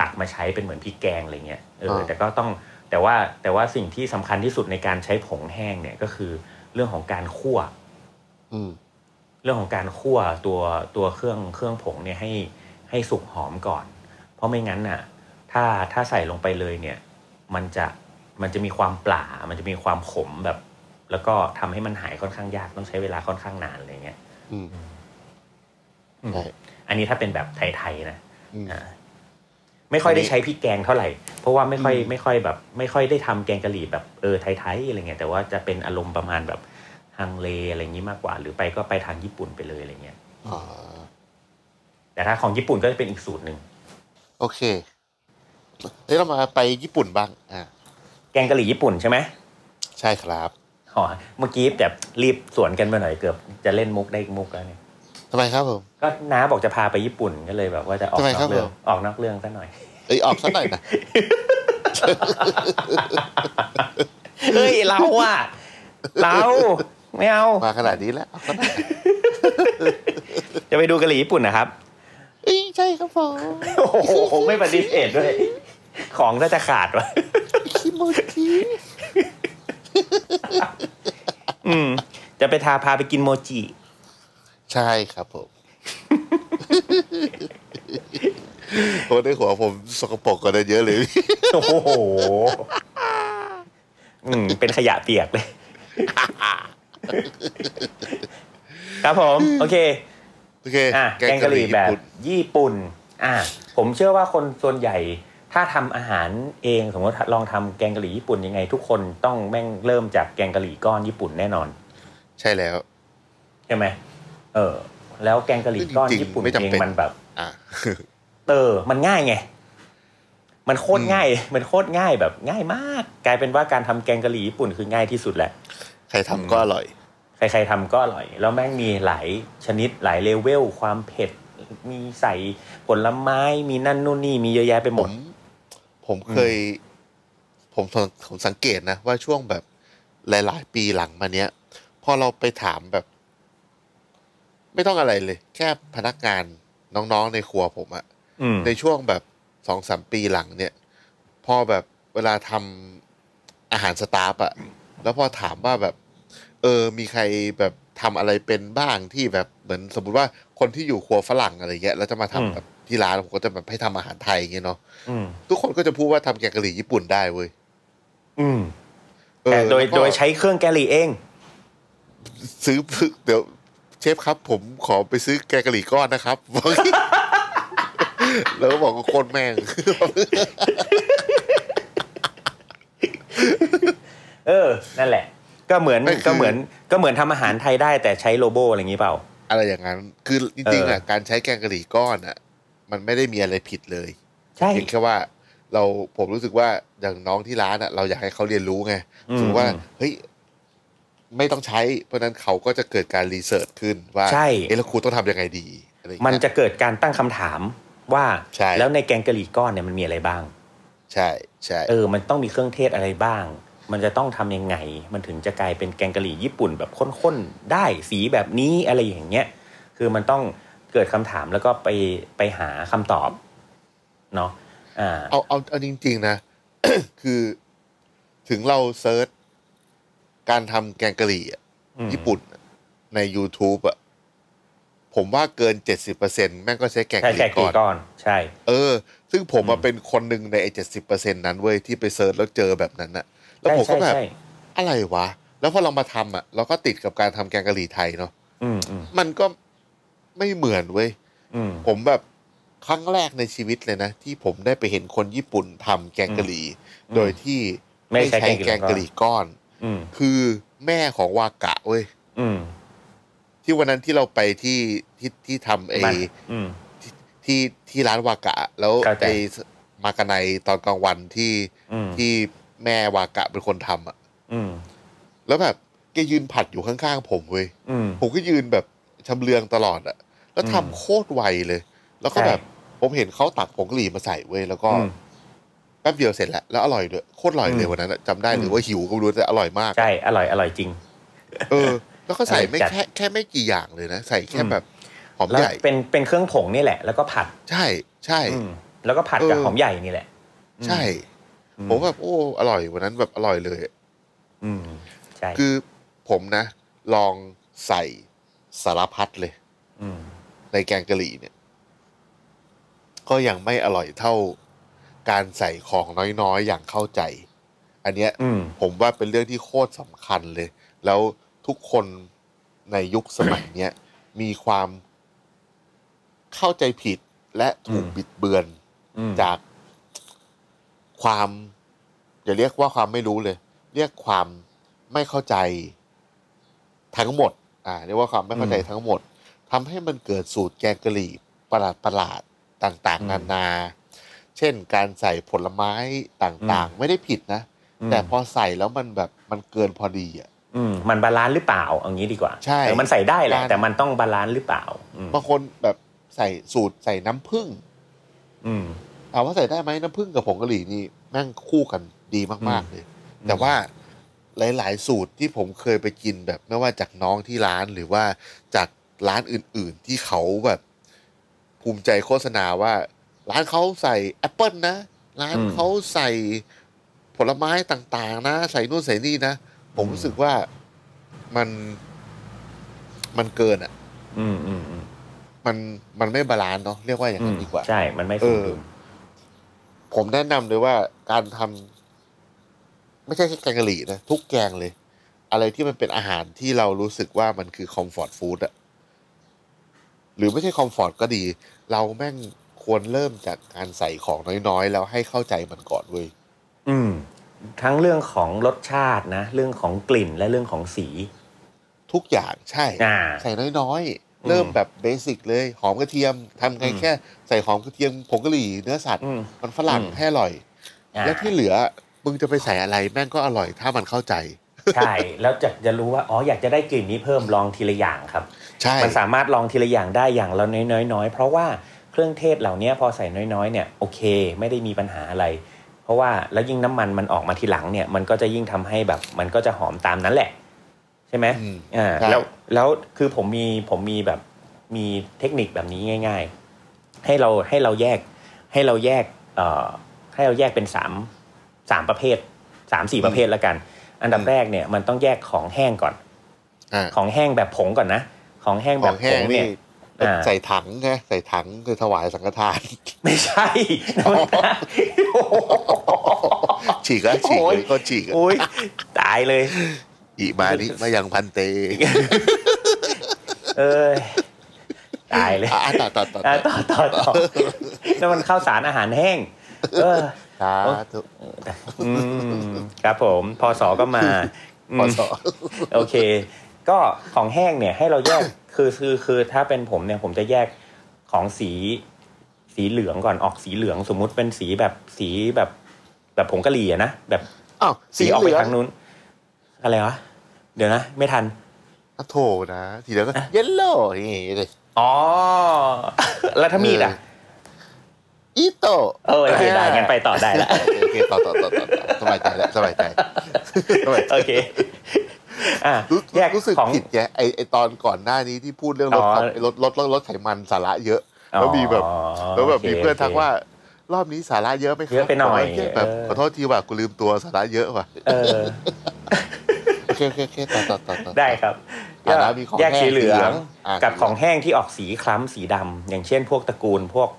C: ตักมาใช้เป็นเหมือนพริกแกงอะไรเงี้ยเอออา แต่ก็ต้องแต่ว่าแต่ว่าสิ่งที่สำคัญที่สุดในการใช้ผงแห้งเนี่ยก็คือเรื่องของการคั่ว
B: อืม
C: เรื่องของการคั่วตัวตัวเครื่องเครื่องผงเนี่ยให้ให้สุกหอมก่อน เพราะไม่งั้นน่ะ ถ้าถ้าใส่ลงไปเลยเนี่ย มันจะมันจะมีความปลามันจะมีความขมแบบ แล้วก็ทำให้มันหายค่อนข้างยากต้องใช้เวลาค่อนข้างนานอะไรเงี้ย
B: อืม
C: อืม
B: ใช่
C: อันนี้ถ้าเป็นแบบไทยๆนะ
B: อืม
C: อ่าไม่ค่อยได้
B: อันนี้
C: ใช้พริกแกงเท่าไหร่ เพราะว่าไม่ค่อย
B: อืม
C: ไม่ค่อยแบบ ไม่ค่อยได้ทำแกงกะหรี่แบบเออไทยๆอะไรเงี้ยแต่ว่าจะเป็นอารมณ์ประมาณแบบฮังเลอะไรอย่างนี้มากกว่า หรือไปก็ไปทางญี่ปุ่นไปเลยอะไรเงี้ย
B: อ่า
C: แต่ถ้าของญี่ปุ่นก็จะเป็นอีกสูตรหนึ่ง
B: โอเคเดี๋ยวเรามาไปญี่ปุ่นบ้าง อ่า
C: แกงกะหรี่ญี่ปุ่นใช่ไหม
B: ใช่ครับ
C: อ๋อเมื่อกี้แบบรีบสวนกันไปหน่อยเกือบจะเล่นมุกได้อีกมุกแล้วเนี่ย
B: ทำไมครับผม
C: ก็น้าบอกจะพาไปญี่ปุ่นก็เลยแบบว่าจะออก
B: ทำไม
C: นอ
B: ครั
C: ก
B: บ
C: เรื่อง
B: ผม
C: ออกนอกเรื่องซะหน่อย
B: เอ้ยออกสักหน่อยนะ
C: เฮ้ยเราอะเราไม่เอา
B: [laughs] มาขนาดนี้แล้วออกสักหน่อย
C: จะไปดูกะหรี่ญี่ปุ่นนะครับ
B: เอ้ยใช่ครับผม
C: โอ้โหไม่ปฏิเสธด้วย ของน่าจะขาดวะ
B: คิโมจิ
C: อืม จะไปทาพาไปกินโมจิ
B: ใช่ครับผม [laughs] โอ้ในหัวผมสกปรกกว่านั้นเยอะ [laughs] เลย
C: โอ้โห อืม เป็นขยะเปียกเลย ครับผม โอเค
B: โอเค
C: อ่ะแกงกะหรี่แบบญี่ปุ่น อ่ะผมเชื่อว่าคนส่วนใหญ่ ถ้าทำอาหารเองสมมติลองทำแกงกะหรี่ญี่ปุ่นยังไง ทุกคนต้องแม่งเริ่มจากแกงกะหรี่ก้อนญี่ปุ่นแน่นอน
B: ใช่แล้ว
C: ใช่ไหมเออ แล้วแกงกะหรี่ก้อน
B: จริงๆ
C: ญี่ปุ่น
B: ไม่จำ
C: เอง
B: เป็น
C: มันแบบ
B: อ่ะ
C: เออ มันง่ายไง มันโคตร
B: อืม
C: ง่าย [laughs] มันโคตรง่ายแบบง่ายมาก กลายเป็นว่าการทำแกงกะหรี่ญี่ปุ่นคือง่ายที่สุดแหละ
B: ใครทำก็อร่อย
C: ใครๆทำก็อร่อย แล้วแม่งมีหลายชนิดหลายเลเวล ความเผ็ด มีใส่ผลไม้มีนั่นนู่นนี่มีเยอะแยะไปห
B: ผม ม
C: ด
B: ผมเคย ผมสผมสังเกตนะ ว่าช่วงแบบหลาย ๆ ปีหลังมาเนี้ย พอเราไปถามแบบ ไม่ต้องอะไรเลย แค่พนักงานน้อง ๆ ในครัวผมอะ
C: อืม
B: ในช่วงแบบสองสามปีหลังเนี่ย พอแบบเวลาทำอาหารสตาฟอะแล้วพอถามว่าแบบ เออ มีใครแบบทำอะไรเป็นบ้างที่แบบเหมือนสมมติว่าคนที่อยู่ครัวฝรั่งอะไรเงี้ยแล้วจะมาทำแบบที่ร้านผมก็จะแบบให้ทำอาหารไทยอย่างเงี้ยเนาะ
C: อืม
B: ทุกคนก็จะพูดว่าทำแกงกะหรี่ญี่ปุ่นได้เว้ย
C: อืม
B: เออ
C: แต่โดย
B: แล้วก็
C: โดยใช้เครื่องแกงหรี่เอง
B: ซื้อ [laughs] เดี๋ยวเชฟครับ ผมขอไปซื้อแกงกะหรี่ก้อนนะครับ [laughs] บอกแล้วก็บอกว่าโคตรแม่ง
C: เออ นั่นแหละ ก็เหมือน
B: ไม่คือ
C: ก็เหมือนก็เหมือนทำอาหารไทยได้แต่ใช้โลโบอะไรอย่างนี้เปล่า
B: อะไรอย่างนั้น คือจริงๆอ่ะการใช้แกงกะหรี่ก้อนอ่ะ มันไม่ได้มีอะไรผิดเลย
C: ใช่
B: เพียงแค่ว่า เราผมรู้สึกว่าอย่างน้องที่ร้านอ่ะ เราอยากให้เขาเรียนรู้ไง
C: อืม
B: สมมติว่าเฮ้ยไม่ต้องใช้ เพราะฉะนั้นเขาก็จะเกิดการรีเสิร์ชขึ้นว่า
C: ใช่
B: เอะแล้วครูต้องทำยังไงดีอะไรอย่างเงี้ย
C: มันจะเกิดการตั้งคำถามว่า
B: ใช่
C: แล้วในแกงกะหรี่ก้อนเนี่ยมันมีอะไรบ้าง
B: ใช่ใช่
C: เออ มันต้องมีเครื่องเทศอะไรบ้าง มันจะต้องทำยังไง มันถึงจะกลายเป็นแกงกะหรี่ญี่ปุ่นแบบข้นๆ ได้สีแบบนี้อะไรอย่างเงี้ย คือมันต้องเกิดคำถามแล้วก็ไปไปหาคำตอบ เนาะ อ่า
B: เอาเอาเอาจริง ๆ นะ [coughs] คือถึงเราเซิร์ชการทำแกงกะหรี่อะ
C: อืม
B: ญี่ปุ่นอะใน YouTube อ่ะ ผมว่าเกินเจ็ดสิบเปอร์เซ็นแม่งก็ใช้แกง
C: ใช่
B: กะห
C: แก
B: รี่
C: งกะห
B: ก่
C: รี่
B: อน
C: ก้อน ใช่
B: เออ ซึ่งผมมาเป็นคนหนึ่งในไอ้เจ็ดสิบเปอร์เซ็นนั้นเว้ย ที่ไปเซิร์ชแล้วเจอแบบนั้นน่ะ แล้ว
C: ใช่
B: ผมก็
C: ใช่
B: แบบ
C: ใช่
B: อะไรวะ แล้วพอเรามาทำอ่ะ เราก็ติดกับการทำแกงกะหรี่ไทยเนาะ
C: อืมอืม
B: มันก็ไม่เหมือนเว้ย
C: อืม
B: ผมแบบครั้งแรกในชีวิตเลยนะ ที่ผมได้ไปเห็นคนญี่ปุ่นทำแกงกะหรี่ โดยที่
C: ไม่ใช้
B: แก
C: แก
B: ง
C: ง
B: กะ
C: กะ
B: ห
C: หรี่
B: รี่ก้อน
C: อืม
B: คือแม่ของวากะเว้ย
C: อืม
B: ที่วันนั้นที่เราไปที่ที่ที่ทำไอ้
C: มันอืม
B: ที่ที่ร้านวากะ แล้ว
C: เข้าใจ
B: ไอ้มากะไนตอนกลางวันที่
C: อืม
B: ที่แม่วากะเป็นคนทำอ่ะ
C: อืม
B: แล้วแบบแกยืนผัดอยู่ข้างๆผมเว้ย
C: อืม
B: ผมก็ยืนแบบชำเลืองตลอดอะแล้วทำโคตรไวเลย แล้วก็แบบ
C: ใช่
B: ผมเห็นเขาตักผงกะหรี่มาใส่เว้ยแล้วก็
C: อืม
B: แป๊บเดียวเสร็จแล้วแล้วอร่อยด้วยโคตรอร่อยเลย
C: อืม
B: วันนั้นอะจำได้
C: อืม
B: หรือว่าหิวก็ไม่รู้แต่อร่อยมาก
C: ใช่ อร่อย อร่อยจริง
B: เออ แล้วก็ใส่ไม่
C: จัด
B: แค่แค่ไม่กี่อย่างเลยนะ ใส่แค่
C: อืม
B: แบบหอม
C: แล้ว
B: ใหญ่
C: เป็น เป็นเครื่องผงนี่แหละ แล้วก็ผัด
B: ใช่ใช่
C: อืม แล้วก็ผัดกับ
B: เออ
C: หอมใหญ่นี่แหละ
B: ใช่
C: อืม
B: ผมแบบโอ้อร่อยวันนั้นแบบอร่อยเลย
C: อืม ใช่
B: คือผมนะ ลองใส่สารพัดเลย
C: อืม
B: ในแกงกะหรี่เนี่ย ก็ยังไม่อร่อยเท่าการใส่ของน้อยๆ อย่างเข้าใจ อันเนี้ย
C: อืม
B: ผมว่าเป็นเรื่องที่โคตรสำคัญเลย แล้วทุกคนในยุคสมัยเนี้ย มีความเข้าใจผิดและถูก
C: อืม
B: บิดเบือน
C: อืม
B: จากความอย่าเรียกว่าความไม่รู้เลย เรียกความไม่เข้าใจทั้งหมด อ่า เรียกว่าความไม่เข้าใจ
C: อืม
B: ทั้งหมด ทำให้มันเกิดสูตรแกงกะหรี่ประหลาดประหลาดๆต่าง
C: อื
B: ๆ
C: ม
B: นานา เช่นการใส่ผลไม้ต่างๆ ไม่ได้ผิดนะ
C: อืม
B: แต่พอใส่แล้วมันแบบมันเกินพอดีอ่ะ
C: อืมมันบาลานซ์หรือเปล่าเอางี้ดีกว่า
B: ใช่
C: เออมันใส่ได้แหละ
B: การ
C: แต่มันต้องบาลานซ์หรือเปล่า อืม
B: บางคนแบบใส่สูตรใส่น้ำผึ้ง
C: อืม
B: ถามว่าใส่ได้ไหมน้ำผึ้งกับผงกะหรี่นี่แม่งคู่กันดีมากๆเลย
C: อืม
B: แต่ว่าหลาย ๆ สูตรที่ผมเคยไปกินแบบไม่ว่าจากน้องที่ร้านหรือว่าจาก ร้านอื่น ๆ ที่เขาแบบภูมิใจโฆษณาว่า ร้านเขาใส่แอปเปิลนะ ร้าน
D: อืม
B: เขาใส่ผลไม้ต่าง ๆ นะ ใส่นู่นใส่นี่นะ ผมรู้สึกว่ามันมันเกินอ่ะ
D: อืมอืมอืม
B: มันมันไม่บาลานซ์เนาะเรียกว่าอย่างนั้นดีกว่า
D: ใช่ มันไม่สมดุล
B: ผมแนะนำเลยว่าการทำไม่ใช่แค่แกงกะหรี่นะ ทุกแกงเลย อะไรที่มันเป็นอาหารที่เรารู้สึกว่ามันคือคอมฟอร์ตฟู้ดอะหรือไม่ใช่คอมฟอร์ตก็ดี เราแม่งควรเริ่มจากการใส่ของน้อยๆ แล้วให้เข้าใจมันก่อนเว้ย
D: อืม
C: ทั้งเรื่องของรสชาตินะ เรื่องของกลิ่นและเรื่องของสี
B: ทุกอย่างใช่
C: อ่า
B: ใส่น้อยๆ เริ่มแบบเบสิกเลย หอมกระเทียมทำไงแค่ ใส่หอมกระเทียมผงกะหรี่เนื้อสัตว์
C: อืม
B: มันฝรั่ง
D: อืม
B: ให้อร่อย
C: อ่า
B: และที่เหลือมึงจะไปใส่อะไรแม่งก็อร่อยถ้ามันเข้าใจ
C: ใช่ แล้วจะจะรู้ว่า อ๋อ อยากจะได้กลิ่นนี้เพิ่มลองทีละอย่างครับ
B: ใช่
C: มันสามารถลองทีละอย่างได้อย่างละน้อยๆน้อยๆเพราะว่าเครื่องเทศเหล่านี้พอใส่น้อยๆเนี่ยโอเค ไม่ได้มีปัญหาอะไร เพราะว่าแล้วยิ่งน้ำมันมันออกมาทีหลังเนี่ยมันก็จะยิ่งทำให้แบบ มันก็จะหอมตามนั้นแหละ ใช่ไหม
B: อืม
C: อ่า
B: ใช่
C: แล้วแล้วคือผมมีผมมีแบบมีเทคนิคแบบนี้ง่าย ๆ ให้เราให้เราแยกให้เราแยกเอ่อให้เราแยกเป็นสามสามประเภทสามสี่ประเภทแล้วกัน อันดับแรกเนี่ยมันต้องแยกของแห้งก่อน
B: อ่า
C: ของแห้งแบบผงก่อนนะ ของแห้ง
B: ข
C: แบ
B: อบ ง
C: ผ
B: แห้ง
C: ง
B: นี่
C: เนี่ย อ่า
B: ใส่ถังไงใส่ถังคือถวายสังฆทาน
C: ไม่ใช่น้ำตาลโอ้โห
B: [laughs] ฉีกแล้วฉีก
C: โอ้
B: เลย ยก็ฉีกอะ
C: โอ้ยตายเลย
B: อีมานี่มายังพันเต
C: เออตายเลย
B: อ่ะต่อต่อต่อ
C: อ่ะ
B: ต่
C: ต่
B: อ
C: อต่อต่อแล้วมันข้าวสารอาหารแห้ง เออ
B: สาธุ
C: อืมครับผมพอสอก็มาอืม
B: ขอสอ
C: โอเค ก็ของแห้งเนี่ยให้เราแยก คือคือคือถ้าเป็นผมเนี่ยผมจะแยกของสีสีเหลืองก่อนออกสีเหลืองสมมุติเป็นสีแบบสีแบบแบบผงกะหรี่อะนะแบบ
B: อ้าว
C: สี
B: สี
C: ออก
B: เห
C: ไป
B: ลือง
C: ทางนู้น อะไรวะเดี๋ยวนะ ไม่ทัน
B: อ่ะโถนะสีเหลืองก็เยลโล่นี่เลย
C: อ๋อ แล้วถ้ามีดอ่ะ
B: อีโต
C: เออโอเคได้งั้นไปต่อได้ละ
B: โอเคต่อต่อต่อต่อต่อสบายใจแล้วสบายใจ [laughs] สบายใจ
C: โอเค อ่ะ
B: รู้
C: แยก
B: รู้สึก
C: ของ
B: ผิดแกไอไอตอนก่อนหน้านี้ที่พูดเรื่องลด
C: อ๋อ
B: ความลดลดลดลดไขมันสาระเยอะ แล้วมีแบบ
C: อ๋อ
B: แล้วแบบมี
C: โค
B: เพื่อนทัก
C: โค
B: ว่ารอบนี้สาระเยอะไหมครับ
C: เยอะไปหน่อย
B: โเคแบบ
C: เออ
B: ขอโทษทีว่ะกูลืมตัวสาระเยอะว่ะ
C: เออ
B: โอเคโอเคโอเคต่อต่อต่อต่อ
C: ได้ครับ
B: อ่ะแล้วมีของ
C: แยก
B: แห้ง
C: สีเหลื
B: สีเหลื
C: อ
B: อง งอ่ะ
C: กับ
B: สีเหลือง
C: ของแห้งที่ออกสีคล้ำสีดำอย่างเช่น พวกตระกูล พวก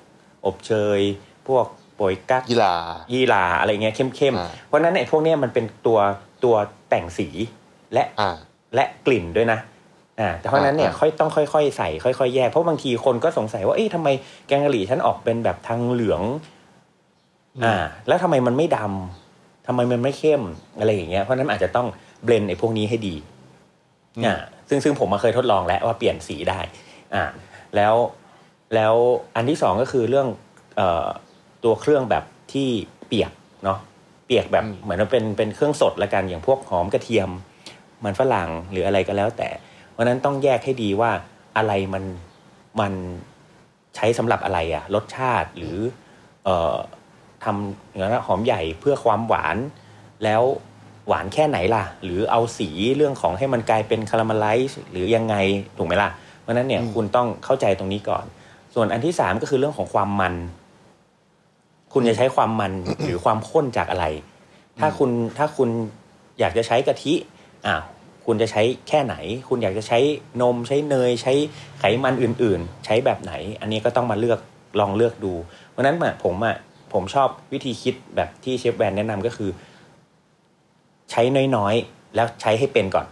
C: อบเชย พวกโปยกัก
B: กีฬา
C: ยี่หร่าอะไรเงี้ยเข้ม
B: อ่า
C: ๆ เพราะฉะนั้นไอ้พวกเนี้ยมันเป็นตัวตัวแต่งสีและ
B: อ่า
C: และกลิ่นด้วยนะอ่าแต่เพราะฉะนั้นเนี่ย
B: อ่า
C: ค่อยต้องค่อยๆใส่ค่อยๆแยกเพราะบางทีคนก็สงสัยว่าเอ๊ะทำไมแกงกะหรี่ฉันออกเป็นแบบทางเหลือง อ่า แล้วทำไมมันไม่ดำทำไมมันไม่เข้มอะไรอย่างเงี้ยเพราะฉะนั้นอาจจะต้องเบลนไอ้พวกนี้ให้ดี อ่าซึ่งซึ่งผมมาเคยทดลองแล้วว่าเปลี่ยนสีได้ อ่า แล้วแล้วอันที่สองก็คือเรื่องเอ่อตัวเครื่องแบบที่เปียกเนาะเปียกแบบ
B: อืม
C: เหมือนว่าเป็นเป็นเครื่องสดละกันอย่างพวกหอมกระเทียม มันฝรั่งหรืออะไรก็แล้ว แต่เพราะฉะนั้นต้องแยกให้ดีว่าอะไรมันมันใช้สำหรับอะไรอะรสชาติหรือ เอ่อทำอย่างนั้นนะหอมใหญ่เพื่อความหวาน แล้วหวานแค่ไหนล่ะ หรือเอาสีเรื่องของให้มันกลายเป็นคาราเมลไลซ์หรือยังไงถูกไหมล่ะ เพราะฉะนั้นเนี่ย
B: อืม
C: คุณต้องเข้าใจตรงนี้ก่อน ส่วนอันที่สามก็คือเรื่องของความมัน คุณจะใช้ความมัน หรือความข้นจากอะไร ถ้าคุณถ้าคุณอยากจะใช้กะทิอ้าวคุณจะใช้แค่ไหน คุณอยากจะใช้นมใช้เนย ใช้ไขมันอื่น ๆ ใช้แบบไหน อันนี้ก็ต้องมาเลือกลองเลือกดู เพราะฉะนั้นอะผมอะผมชอบวิธีคิดแบบที่เชฟแวนแนะนำก็คือ ใช้น้อยๆ แล้วใช้ให้เป็นก่อน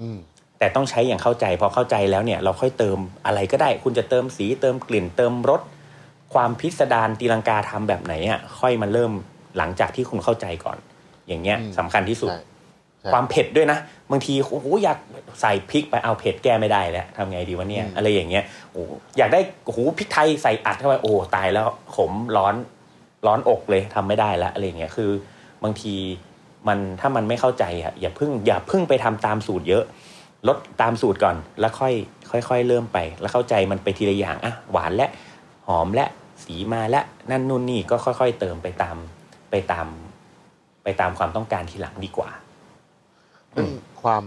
B: อืม
C: แต่ต้องใช้อย่างเข้าใจพอเข้าใจแล้วเนี่ย เราค่อยเติมอะไรก็ได้ คุณจะเติมสีเติมกลิ่น เติมรสความพิสดารตีลังกาทำแบบไหนอ่ะค่อยมาเริ่มหลังจากที่คุณเข้าใจก่อน อย่างเงี้ย
B: อืม
C: สำคัญที่สุด
B: ใช่ ใช่
C: ความเผ็ดด้วยนะ บางทีโอ้โหอยากใส่พริกไปเอาเผ็ดแก้ไม่ได้แล้วทำไงดีวะเนี่ย
B: อืม
C: อะไรอย่างเงี้ยโอ้โหอยากได้โอ้โหพริกไทยใส่อัดเข้าไปโอ้ตายแล้วขมร้อนร้อนอกเลยทำไม่ได้แล้วอะไรอย่างเงี้ยคือบางทีมันถ้ามันไม่เข้าใจอะอย่าเพิ่งอย่าเพิ่งไปทำตามสูตรเยอะ ลดตามสูตรก่อนแล้วค่อยค่อยๆเริ่มไป แล้วเข้าใจมันไปทีละอย่างอ่ะหวานและหอมและสีมาและนั่นนู่นนี่ก็ค่อย ๆ เติมไปตามไปตาม ไปตามความต้องการทีหลังดีกว่า
B: ซึ่งความ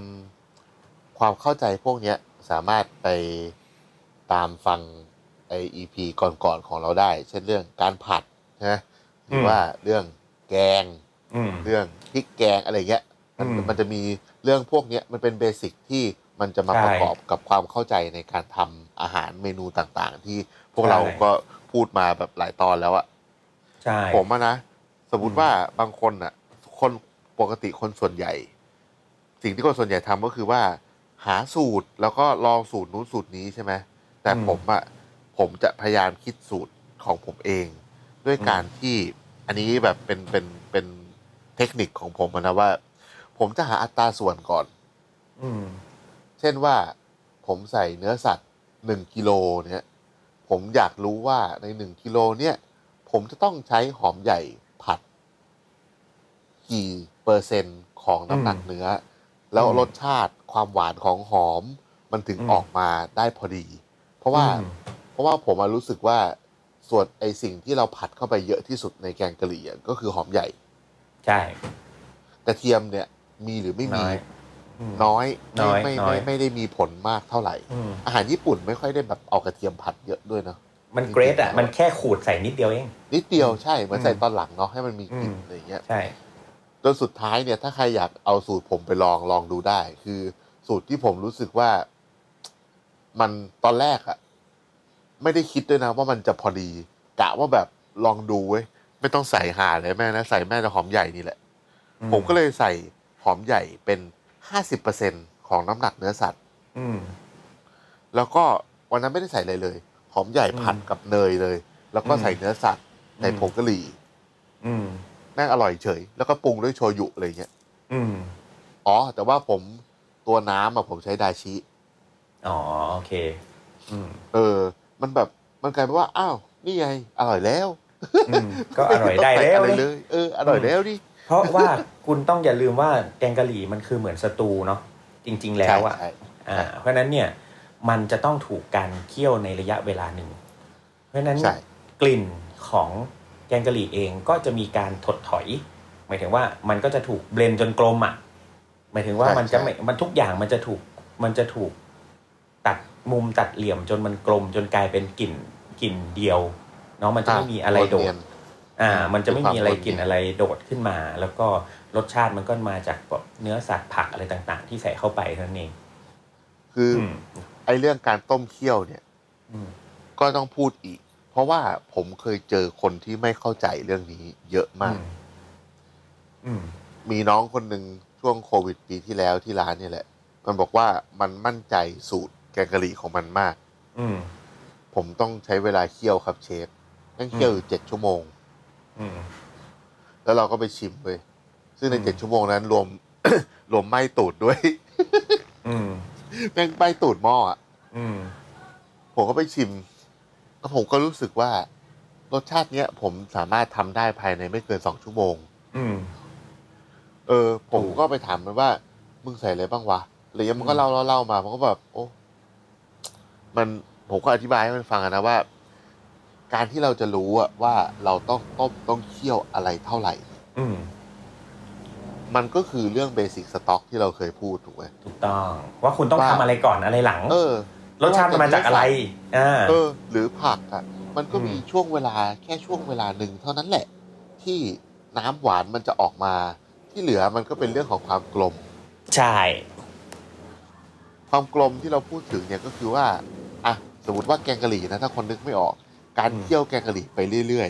B: ความเข้าใจพวกเนี้ย สามารถไปตามฟังไออีพีก่อนๆของเราได้ เช่นเรื่องการผัดนะหรือว่าเรื่องแกง
C: อืม
B: เรื่องพริกแกงอะไรเงี้ยมัน
C: อืม
B: มันจะมีเรื่องพวกเนี้ยมันเป็นเบสิกที่มันจะมา
C: ใช่
B: ประกอบกับความเข้าใจในการทำอาหารเมนูต่างๆ ที่พวกเรา
C: ใช่
B: ก็พูดมาแบบหลายตอนแล้วอะ
C: ใช่
B: ผมอะนะ สมมติว่าบางคนอะคนปกติคนส่วนใหญ่ สิ่งที่คนส่วนใหญ่ทำก็คือว่า หาสูตรแล้วก็ลองสูตรนู้นสูตรนี้ใช่ไหมแต่
C: อืม
B: ผมอะผมจะพยายามคิดสูตรของผมเอง ด้วยการที่อันนี้แบบเป็นเป็นเป็นเทคนิคของผมอะนะว่า ผมจะหาอัตราส่วนก่อน
C: อืม
B: เช่นว่าผมใส่เนื้อสัตว์หนึ่งกิโลเนี่ย ผมอยากรู้ว่าในหนึ่งกิโลเนี่ย ผมจะต้องใช้หอมใหญ่ผัด กี่เปอร์เซ็นต์ของน้ำหนักเนื้อ แล้วรสชาติความหวานของหอมมันถึง
C: อืม
B: ออกมาได้พอดี เพราะว่า
C: อืม
B: เพราะว่าผมอะรู้สึกว่าส่วนไอสิ่งที่เราผัดเข้าไปเยอะที่สุดในแกงกะหรี่อะก็คือหอมใหญ่
C: ใช่
B: กระเทียมเนี่ย มีหรือไม่มี
C: น้อยอืม
B: น้อยไม่
C: น้อย
B: ไม่
C: น้อ
B: ไม่
C: ย
B: ไม่ได้มีผลมากเท่าไหร่
C: อืม
B: อาหารญี่ปุ่นไม่ค่อยได้แบบเอากระเทียมผัดเยอะด้วยเนาะ
C: มันเกรดอ่ะ มันแค่ขูดใส่นิดเดียวเอง
B: นิดเดียวใช่ เหมือน
C: อืม
B: ใส่ตอนหลังเนาะให้มันมีกลิ่น
C: อืม
B: อะไรอย่างเงี้ย
C: ใช่
B: จนสุดท้ายเนี่ย ถ้าใครอยากเอาสูตรผมไปลองลองดูได้ คือสูตรที่ผมรู้สึกว่า มันตอนแรกอะไม่ได้คิดด้วยนะว่ามันจะพอดีกะว่าแบบลองดูเว้ยไม่ต้องใส่ห่าเลยแม่นะใส่แม่แต่หอมใหญ่นี่แหละ
C: อืม
B: ผมก็เลยใส่หอมใหญ่เป็นห้าสิบเปอร์เซ็นของน้ำหนักเนื้อสัตว์
C: อืม
B: แล้วก็วันนั้นไม่ได้ใส่อะไรเลย หอมใหญ่ผัดกับเนยเลย แล้วก็
C: อืม
B: ใส่เนื้อสัตว์ใส่
C: อืม
B: ผงกะหรี่
C: อืม
B: แม่งอร่อยเฉย แล้วก็ปรุงด้วยโชยุอะไรเงี้ย
C: อืม
B: อ๋อ แต่ว่าผมตัวน้ำอะผมใช้ดาชิ
C: อ๋อ โอเค อืม
B: เออ มันแบบมันกลายเป็นว่า อ้าว นี่ไง อร่อยแล้ว
C: อืม ก็อร่อยได้
B: ม่
C: แล้
B: ต้
C: ว
B: งใส่อะร
C: เล
B: เลย ย เออ อร่อยแล้วดิ
C: เพราะว่าคุณต้องอย่าลืมว่าแกงกะหรี่มันคือเหมือนสตูเนาะจริง ๆ แล้วอ่ะ
B: ใช่ใช่
C: อ่า เพราะฉะนั้นเนี่ย มันจะต้องถูกการเคี่ยวในระยะเวลาหนึ่ง เพราะฉะนั้น
B: ใช่
C: กลิ่นของแกงกะหรี่เองก็จะมีการถดถอย หมายถึงว่ามันก็จะถูกเบลนด์จนกลมอ่ะหมายถึงว่า
B: ใช่
C: มันจะไม่
B: ใช่
C: มันทุกอย่างมันจะถูกมันจะถูกตัดมุมตัดเหลี่ยมจนมันกลม จนกลายเป็นกลิ่นกลิ่นเดียวเนาะมันจะไม่มีอะไรโด
B: เนี
C: ด
B: ยน
C: อ่า
B: อืม
C: มันจะไม่มีอะไรกลิ่น
B: มีความ
C: อะไรโดดขึ้นมา แล้วก็รสชาติมันก็มาจากแบบเนื้อสัตว์ผักอะไรต่างๆ ที่ใส่เข้าไปเท่านั้นเอง
B: คืออ
C: อืม
B: ไอ้เรื่องการต้มเคี่ยวเนี่ย
C: อืม
B: ก็ต้องพูดอีก เพราะว่าผมเคยเจอคนที่ไม่เข้าใจเรื่องนี้เยอะมาก
C: อืม
B: มีน้องคนหนึ่งช่วงโควิดปีที่แล้วที่ร้านเนี่ยแหละ มันบอกว่ามันมั่นใจสูตรแกงกะหรี่ของมันมาก
C: อืม
B: ผมต้องใช้เวลาเคี่ยวครับเชฟนั่งเคี่ยวอยู่เจ็ดชั่วโมง
C: อืม
B: แล้วเราก็ไปชิมเลย ซึ่งใน
C: อืม
B: เจ็ดชั่วโมงนั้นรวม [coughs] รวมไหม้ตูดด้วย [coughs]
C: อืม
B: แม่งไหม้ตูดหม้ออะ
C: อืม
B: ผมก็ไปชิมแล้วผมก็รู้สึกว่ารสชาติเนี้ย ผมสามารถทำได้ภายในไม่เกินสองชั่วโมง
C: อืม
B: เออ ผม
C: ถูก
B: ก็ไปถามมันว่า มึงใส่อะไรบ้างวะอะไรเงี้ยมันก็เล่าเล่าเล่ามา มันก็แบบ โอ้ มันผมก็อธิบายให้มันฟังอะนะว่า การที่เราจะรู้อะว่าเราต้องต้มต้องเคี่ยวอะไรเท่าไหร่
C: อืม
B: มันก็คือเรื่องเบสิกสต็อกที่เราเคยพูดถูกไหม
C: ถูกต้อง ว่าคุณต้อง
B: ว่า
C: ทำอะไรก่อนอะไรหลัง
B: เออ
C: รสชาติมันมาจากอะไร อ่า
B: เออ หรือผักอะมันก็
C: อืม
B: มีช่วงเวลาแค่ช่วงเวลาหนึ่งเท่านั้นแหละ ที่น้ำหวานมันจะออกมา ที่เหลือมันก็เป็นเรื่องของความกลม
C: ใช่
B: ความกลมที่เราพูดถึงเนี่ยก็คือว่าอ่ะสมมติว่าแกงกะหรี่นะถ้าคนนึกไม่ออก การ
C: อืม
B: เคี่ยวแกงกะหรี่ไปเรื่อย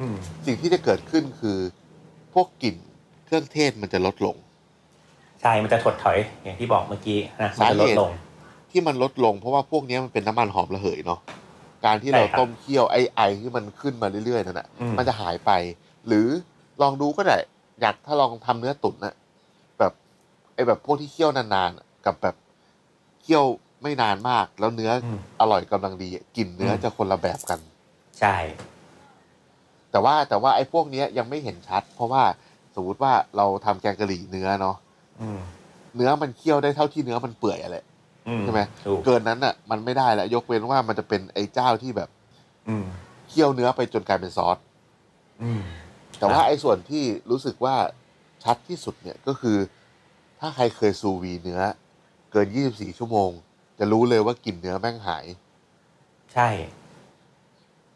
C: อืม
B: ๆ สิ่งที่จะเกิดขึ้นคือ พวกกลิ่นเครื่องเทศมันจะลดลง
C: ใช่ มันจะถดถอยอย่างที่บอกเมื่อกี้นะ มัน
B: สา
C: จะ
B: เหตุ
C: ลดลง
B: ที่มันลดลง เพราะว่าพวกเนี้ยมันเป็นน้ำมันหอมระเหยเนาะการที่เรา
C: ใช่ครับ
B: ต้มเคี่ยวไอไอที่มันขึ้นมาเรื่อยๆนั่นแหะ
C: อืม
B: มันจะหายไป หรือลองดูก็ได้อยากถ้าลองทำเนื้อตุ๋นนะแบบไอแบบพวกที่เคี่ยวนานๆอะกับแบบเคี่ยวไม่นานมาก แล้วเนื้ออ
C: อืม
B: อร่อยกำลังดีอะกลิ่นเนื้ออ
C: ม
B: จะคนละแบบกัน
C: ใช่
B: แต่ว่าแต่ว่าไอ้พวกเนี้ยยังไม่เห็นชัด เพราะว่าสมมติว่าเราทำแกงกะหรี่เนื้อเนาะ
C: อืม
B: เนื้อมันเคี่ยวได้เท่าที่เนื้อมันเปื่อยอะไร
C: อื
B: ใช่ไหม
C: ถูก
B: เกินนั้นอ่ะมันไม่ได้แล้วยกเว้นว่ามันจะเป็นไอ้เจ้าที่แบบ
C: อืม
B: เคี่ยวเนื้อไปจนกลายเป็นซอส
C: อืม
B: แต่ว่า
C: ครับ
B: ไอ้ส่วนที่รู้สึกว่าชัดที่สุดเนี่ยก็คือ ถ้าใครเคยซูวีเนื้อ เกิน 24 ชั่วโมง จะ จะรู้เลยว่ากลิ่นเนื้อแม่งหาย
C: ใช่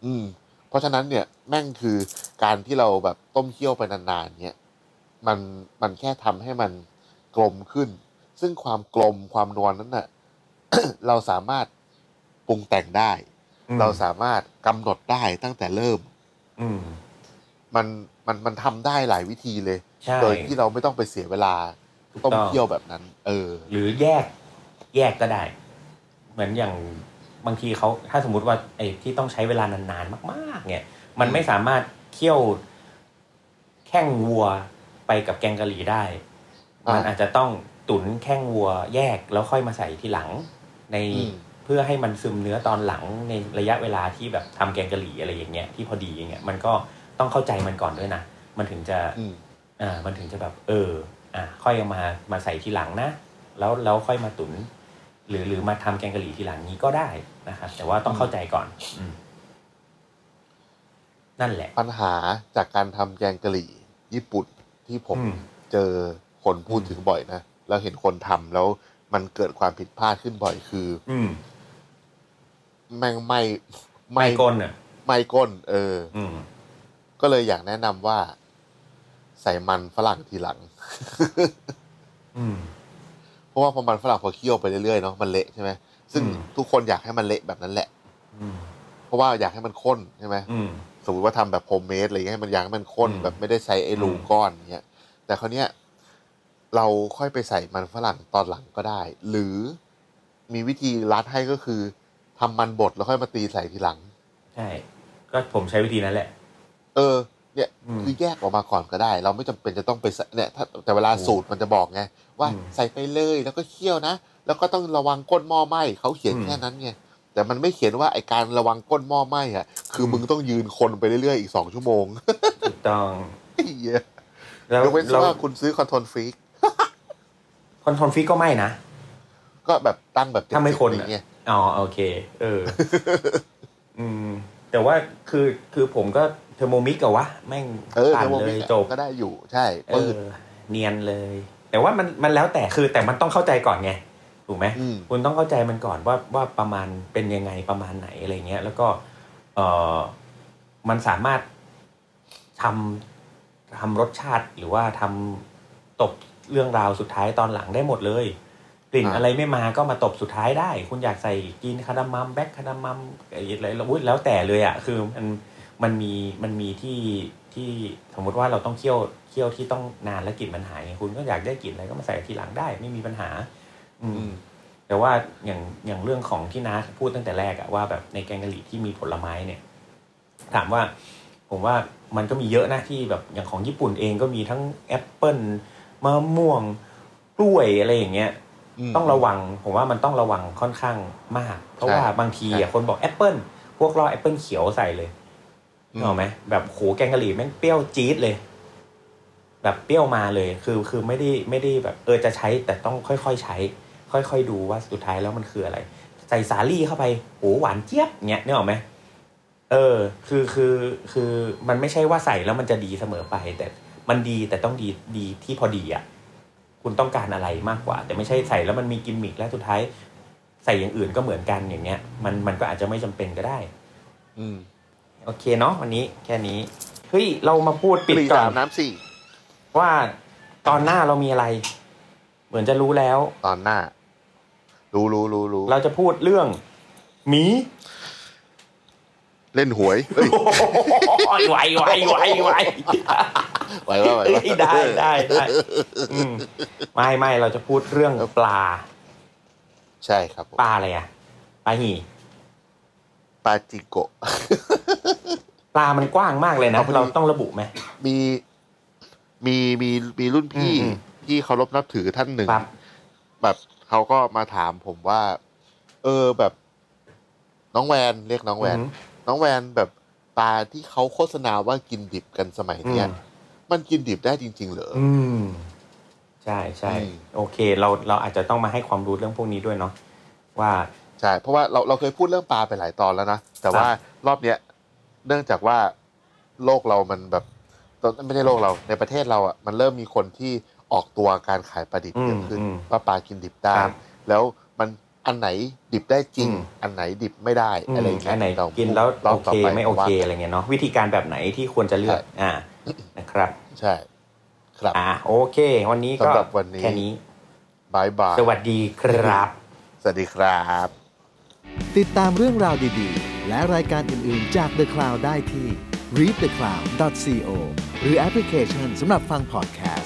B: อืม เพราะฉะนั้นเนี่ยแม่งคือการที่เราแบบต้มเคี่ยวไปนานๆ เนี่ย มันมันแค่ทำให้มันกลมขึ้น ซึ่งความกลมความนวลนั้นน่ะ [coughs] เราสามารถปรุงแต่งได้
C: อืม
B: เราสามารถกำหนดได้ตั้งแต่เริ่ม
C: อืม
B: มันมันมันทำได้หลายวิธีเลย
C: ใช่
B: โดยที่เราไม่ต้องไปเสียเวลา
C: ถูก
B: ต้ม
C: ต้อง
B: เคี่ยวแบบนั้น เออ
C: หรือแยกแยกก็ได้ เหมือนอย่างบางทีเขาถ้าสมมุติว่าไอ้ที่ต้องใช้เวลานานๆมาก ๆ เนี่ย มันไม่สามารถเคี่ยวแข้งวัวไปกับแกงกะหรี่ได้
B: อ่ามั
C: มันอาจจะต้องตุ๋นแข้งวัวแยกแล้วค่อยมาใส่ทีหลัง ใน
B: อืม
C: เพื่อให้มันซึมเนื้อตอนหลังในระยะเวลาที่แบบทำแกงกะหรี่อะไรอย่างเงี้ยที่พอดีอย่างเงี้ยมันก็ต้องเข้าใจมันก่อนด้วยนะมันถึงจะ
B: อืม
C: อ่ามันถึงจะแบบเออ อ่า ค่อยเอามามาใส่ทีหลังนะ แล้วแล้วค่อยมาตุน หรือหรือมาทำแกงกะหรี่ทีหลังนี้ก็ได้นะครับแต่ว่าต้องเข้าใจก่อน อืมนั่นแหละ
B: ปัญหาจากการทำแกงกะหรี่ ญี่ปุ่นที่ผม
C: อืม
B: เจอคนพูดถึงบ่อยนะ แล้วเห็นคนทำแล้วมันเกิดความผิดพลาดขึ้นบ่อยคือ
C: อืม
B: แม่งไหม่ไห
C: ไม
B: ม่
C: ก้นอ่ะ
B: ไหม่ก้น เออ
C: อืม
B: ก็เลยอยากแนะนำว่า ใส่มันฝรั่งทีหลัง
C: อืม
B: เพราะว่าพอมันฝรั่งพอเคี่ยวไปเรื่อยๆเนาะมันเละใช่ไหมซึ่ง
C: อืม
B: ทุกคนอยากให้มันเละแบบนั้นแหละ
C: อืม
B: เพราะว่าอยากให้มันข้นใช่ไหม
C: อืม
B: สมมติว่าทำแบบโฮมเมดอะไรเงี้ยให้มันยางให้มันข้น
C: อืม
B: แบบไม่ได้ใช้ไอ้รู
C: อืม
B: ก้อนเงี้ยแต่คราวเนี้ยเราค่อยไปใส่มันฝรั่งตอนหลังก็ได้ หรือมีวิธีรัดให้ก็คือทำมันบดแล้วค่อยมาตีใส่ทีหลัง
C: ใช่ ก็ผมใช้วิธีนั้นแหละ
B: เออ เนี่ย
C: อืม
B: คือแยกออกมาก่อนก็ได้ เราไม่จำเป็นจะต้องไปใส่เนี่ยถ้าแต่เวลา
C: ถูก
B: สูตรมันจะบอกไงว่า
C: อืม
B: ใส่ไปเลยแล้วก็เคี่ยวนะ แล้วก็ต้องระวังก้นหม้อไหม้เขาเขียน
C: อืม
B: แค่นั้นไงแต่มันไม่เขียนว่าไอการระวังก้นหม้อไหม้อะคืออ
C: ม
B: มึงต้องยืนคนไปเรื่อยๆอีกสองชั่วโมง [laughs]
C: ถูกต้อง
B: ไอ้เหี้ย
C: แล้ว
B: ยกเว้น
C: เรา
B: ว่าคุณซื้อคอนโทรลฟรีก
C: คอนโทรลฟิกก็ไม่นะ
B: ก็แบบตั้งแบบ
C: ถ้าไม่คน
B: อ
C: อะ
B: ย่างเงี้ย
C: อ๋อโอเค เอ
B: [laughs]
C: อ อืม แต่ว่าคือคือผมก็เทอร์โมมิกอะวะแม่ง
B: เออ
C: ปั่
B: เท
C: น
B: อร์โม
C: เล
B: มิ
C: ย
B: ก
C: จบ
B: ก็ได้อยู่ใช่
C: เอ
B: ปื
C: อน เนียนเลย แต่ว่ามันมันแล้วแต่คือแต่มันต้องเข้าใจก่อนไงถูกไหม
B: อืม
C: คุณต้องเข้าใจมันก่อนว่าว่าประมาณเป็นยังไงประมาณไหนอะไรเงี้ย แล้วก็เออมันสามารถทำทำรสชาติหรือว่าทำตบเรื่องราวสุดท้ายตอนหลังได้หมดเลย กลิ่น
B: อ่า
C: อะไรไม่มาก็มาตบสุดท้ายได้ คุณอยากใส่กินคานามัมแบ็คคานามัมอะไรแล้วอุ๊ยแล้วแต่เลยอ่ะคือมัน มันมีมันมีที่ที่สมมติว่าเราต้องเคี่ยวเคี่ยวที่ต้องนานและกลิ่นมันหายไงคุณก็อยากได้กลิ่นอะไรก็มาใส่ทีหลังได้ไม่มีปัญหา อืม
B: อืม
C: แต่ว่าอย่างอย่างเรื่องของที่น้าพูดตั้งแต่แรกอะว่าแบบในแกงกะหรี่ที่มีผลไม้เนี่ย ถามว่า ผมว่ามันก็มีเยอะนะที่แบบอย่างของญี่ปุ่นเองก็มีทั้งแอปเปิลมะม่วงกล้วยอะไรอย่างเงี้ย
B: ม
C: ต้องระวัง ผมว่ามันต้องระวังค่อนข้างมาก เพราะ
B: ใช่
C: ว่าบางที
B: ใช่
C: อะคนบอกแอปเปิลพวกล่อแอปเปิลเขียวใส่เลยนึกออกไหมแบบโหแกงกะหรี่แม่งเปรี้ยวจี๊ดเลย แบบเปรี้ยวมาเลยคือคือไม่ได้ไม่ได้แบบ เออจะใช้แต่ต้องค่อยๆใช้ ค่อยๆดูว่าสุดท้ายแล้วมันคืออะไร ใส่สาลี่เข้าไปโหหวานเจี๊ยบเนี้ยนึกออกไหมเออ คือคือคือมันไม่ใช่ว่าใส่แล้วมันจะดีเสมอไป แต่มันดีแต่ต้องดีดีที่พอดีอ่ะ คุณต้องการอะไรมากกว่า แต่ไม่ใช่ใส่แล้วมันมีกิมมิคแล้วสุดท้าย ใส่อย่างอื่นก็เหมือนกันอย่างเงี้ย มันมันก็อาจจะไม่จำเป็นก็ได้
B: อืม
C: โอเคเนาะวันนี้แค่นี้เฮ้ยเรามาพูดปิด
B: กรี
C: ก่อ
B: สาน มน้ำสี่
C: ว่าตอนหน้าเรามีอะไร เหมือนจะรู้แล้ว
B: ตอนหน้า รู้รู้รู้รู้
C: เราจะพูดเรื่องหมี [laughs]
B: เล่นหวยเอ้ย
C: โอ้ยไหวไหวไหวไหว
B: ไหวว่าไหว
C: เอ้
B: ว่าย
C: ได้ได้ได้อืมไม่ไม่เราจะพูดเรื่องปลา
B: ใช่ครับผม
C: ปลาอะไรอะปลาหี่
B: ปาจิโกะ [laughs]
C: ปลามันกว้างมากเลยนะ
B: เอาพอดี
C: เราต้องระบุไหม
B: มีมีมีมีรุ่นพี่
C: อืมอืม
B: ที่เคารพนับถือท่านหนึ่ง
C: ครับ
B: แบบเขาก็มาถามผมว่า เออแบบน้องแวนเรียกน้องแวน
C: อือหื
B: น้องแวนแบบปลาที่เขาโฆษณาว่ากินดิบกันสมัยเนี้ย
C: อืม
B: มันกินดิบได้จริง ๆ เหรออ
C: อืม ใช่ใช่
B: อืม
C: โอเค เราเราอาจจะต้องมาให้ความรู้เรื่องพวกนี้ด้วยเนาะว่า
B: ใช่เพราะว่าเราเราเคยพูดเรื่องปลาไปหลายตอนแล้วนะ แต่ว่ารอบเนี้ยเนื่องจากว่าโลกเรามันแบบตอนไม่ใช่โลกเราในประเทศเราอ่ะมันเริ่มมีคนที่ออกตัวการขายปลาดิบเยอะขึ้น
C: อืมอืม
B: ว่าปลากินดิบได้
C: ครับ
B: แล้วมัน อันไหนดิบได้จริง
C: อืม
B: อันไหนดิบไม่ได้
C: อืม
B: อะไรอย่างเงี้ย
C: อันไหน
B: เรา
C: กินแล้ว
B: รบ
C: โอ
B: ต่
C: เค
B: ป
C: ไม่โอเค
B: ว่า
C: อะไรเงี้ยเนาะวิธีการแบบไหนที่ควรจะเลือกอ่านะครับ
B: ใช่ครับ
C: อ่าโอเค วันนี้ก็
B: สำหรับวันนี้
C: แค่นี้
B: บายบาย
C: สวัสดีครับ
B: สวัสดีครับ
A: ติดตามเรื่องราวดีๆ และรายการอื่นๆจาก The Cloud ได้ที่ readthecloud.co หรือแอปพลิเคชันสำหรับฟัง podcast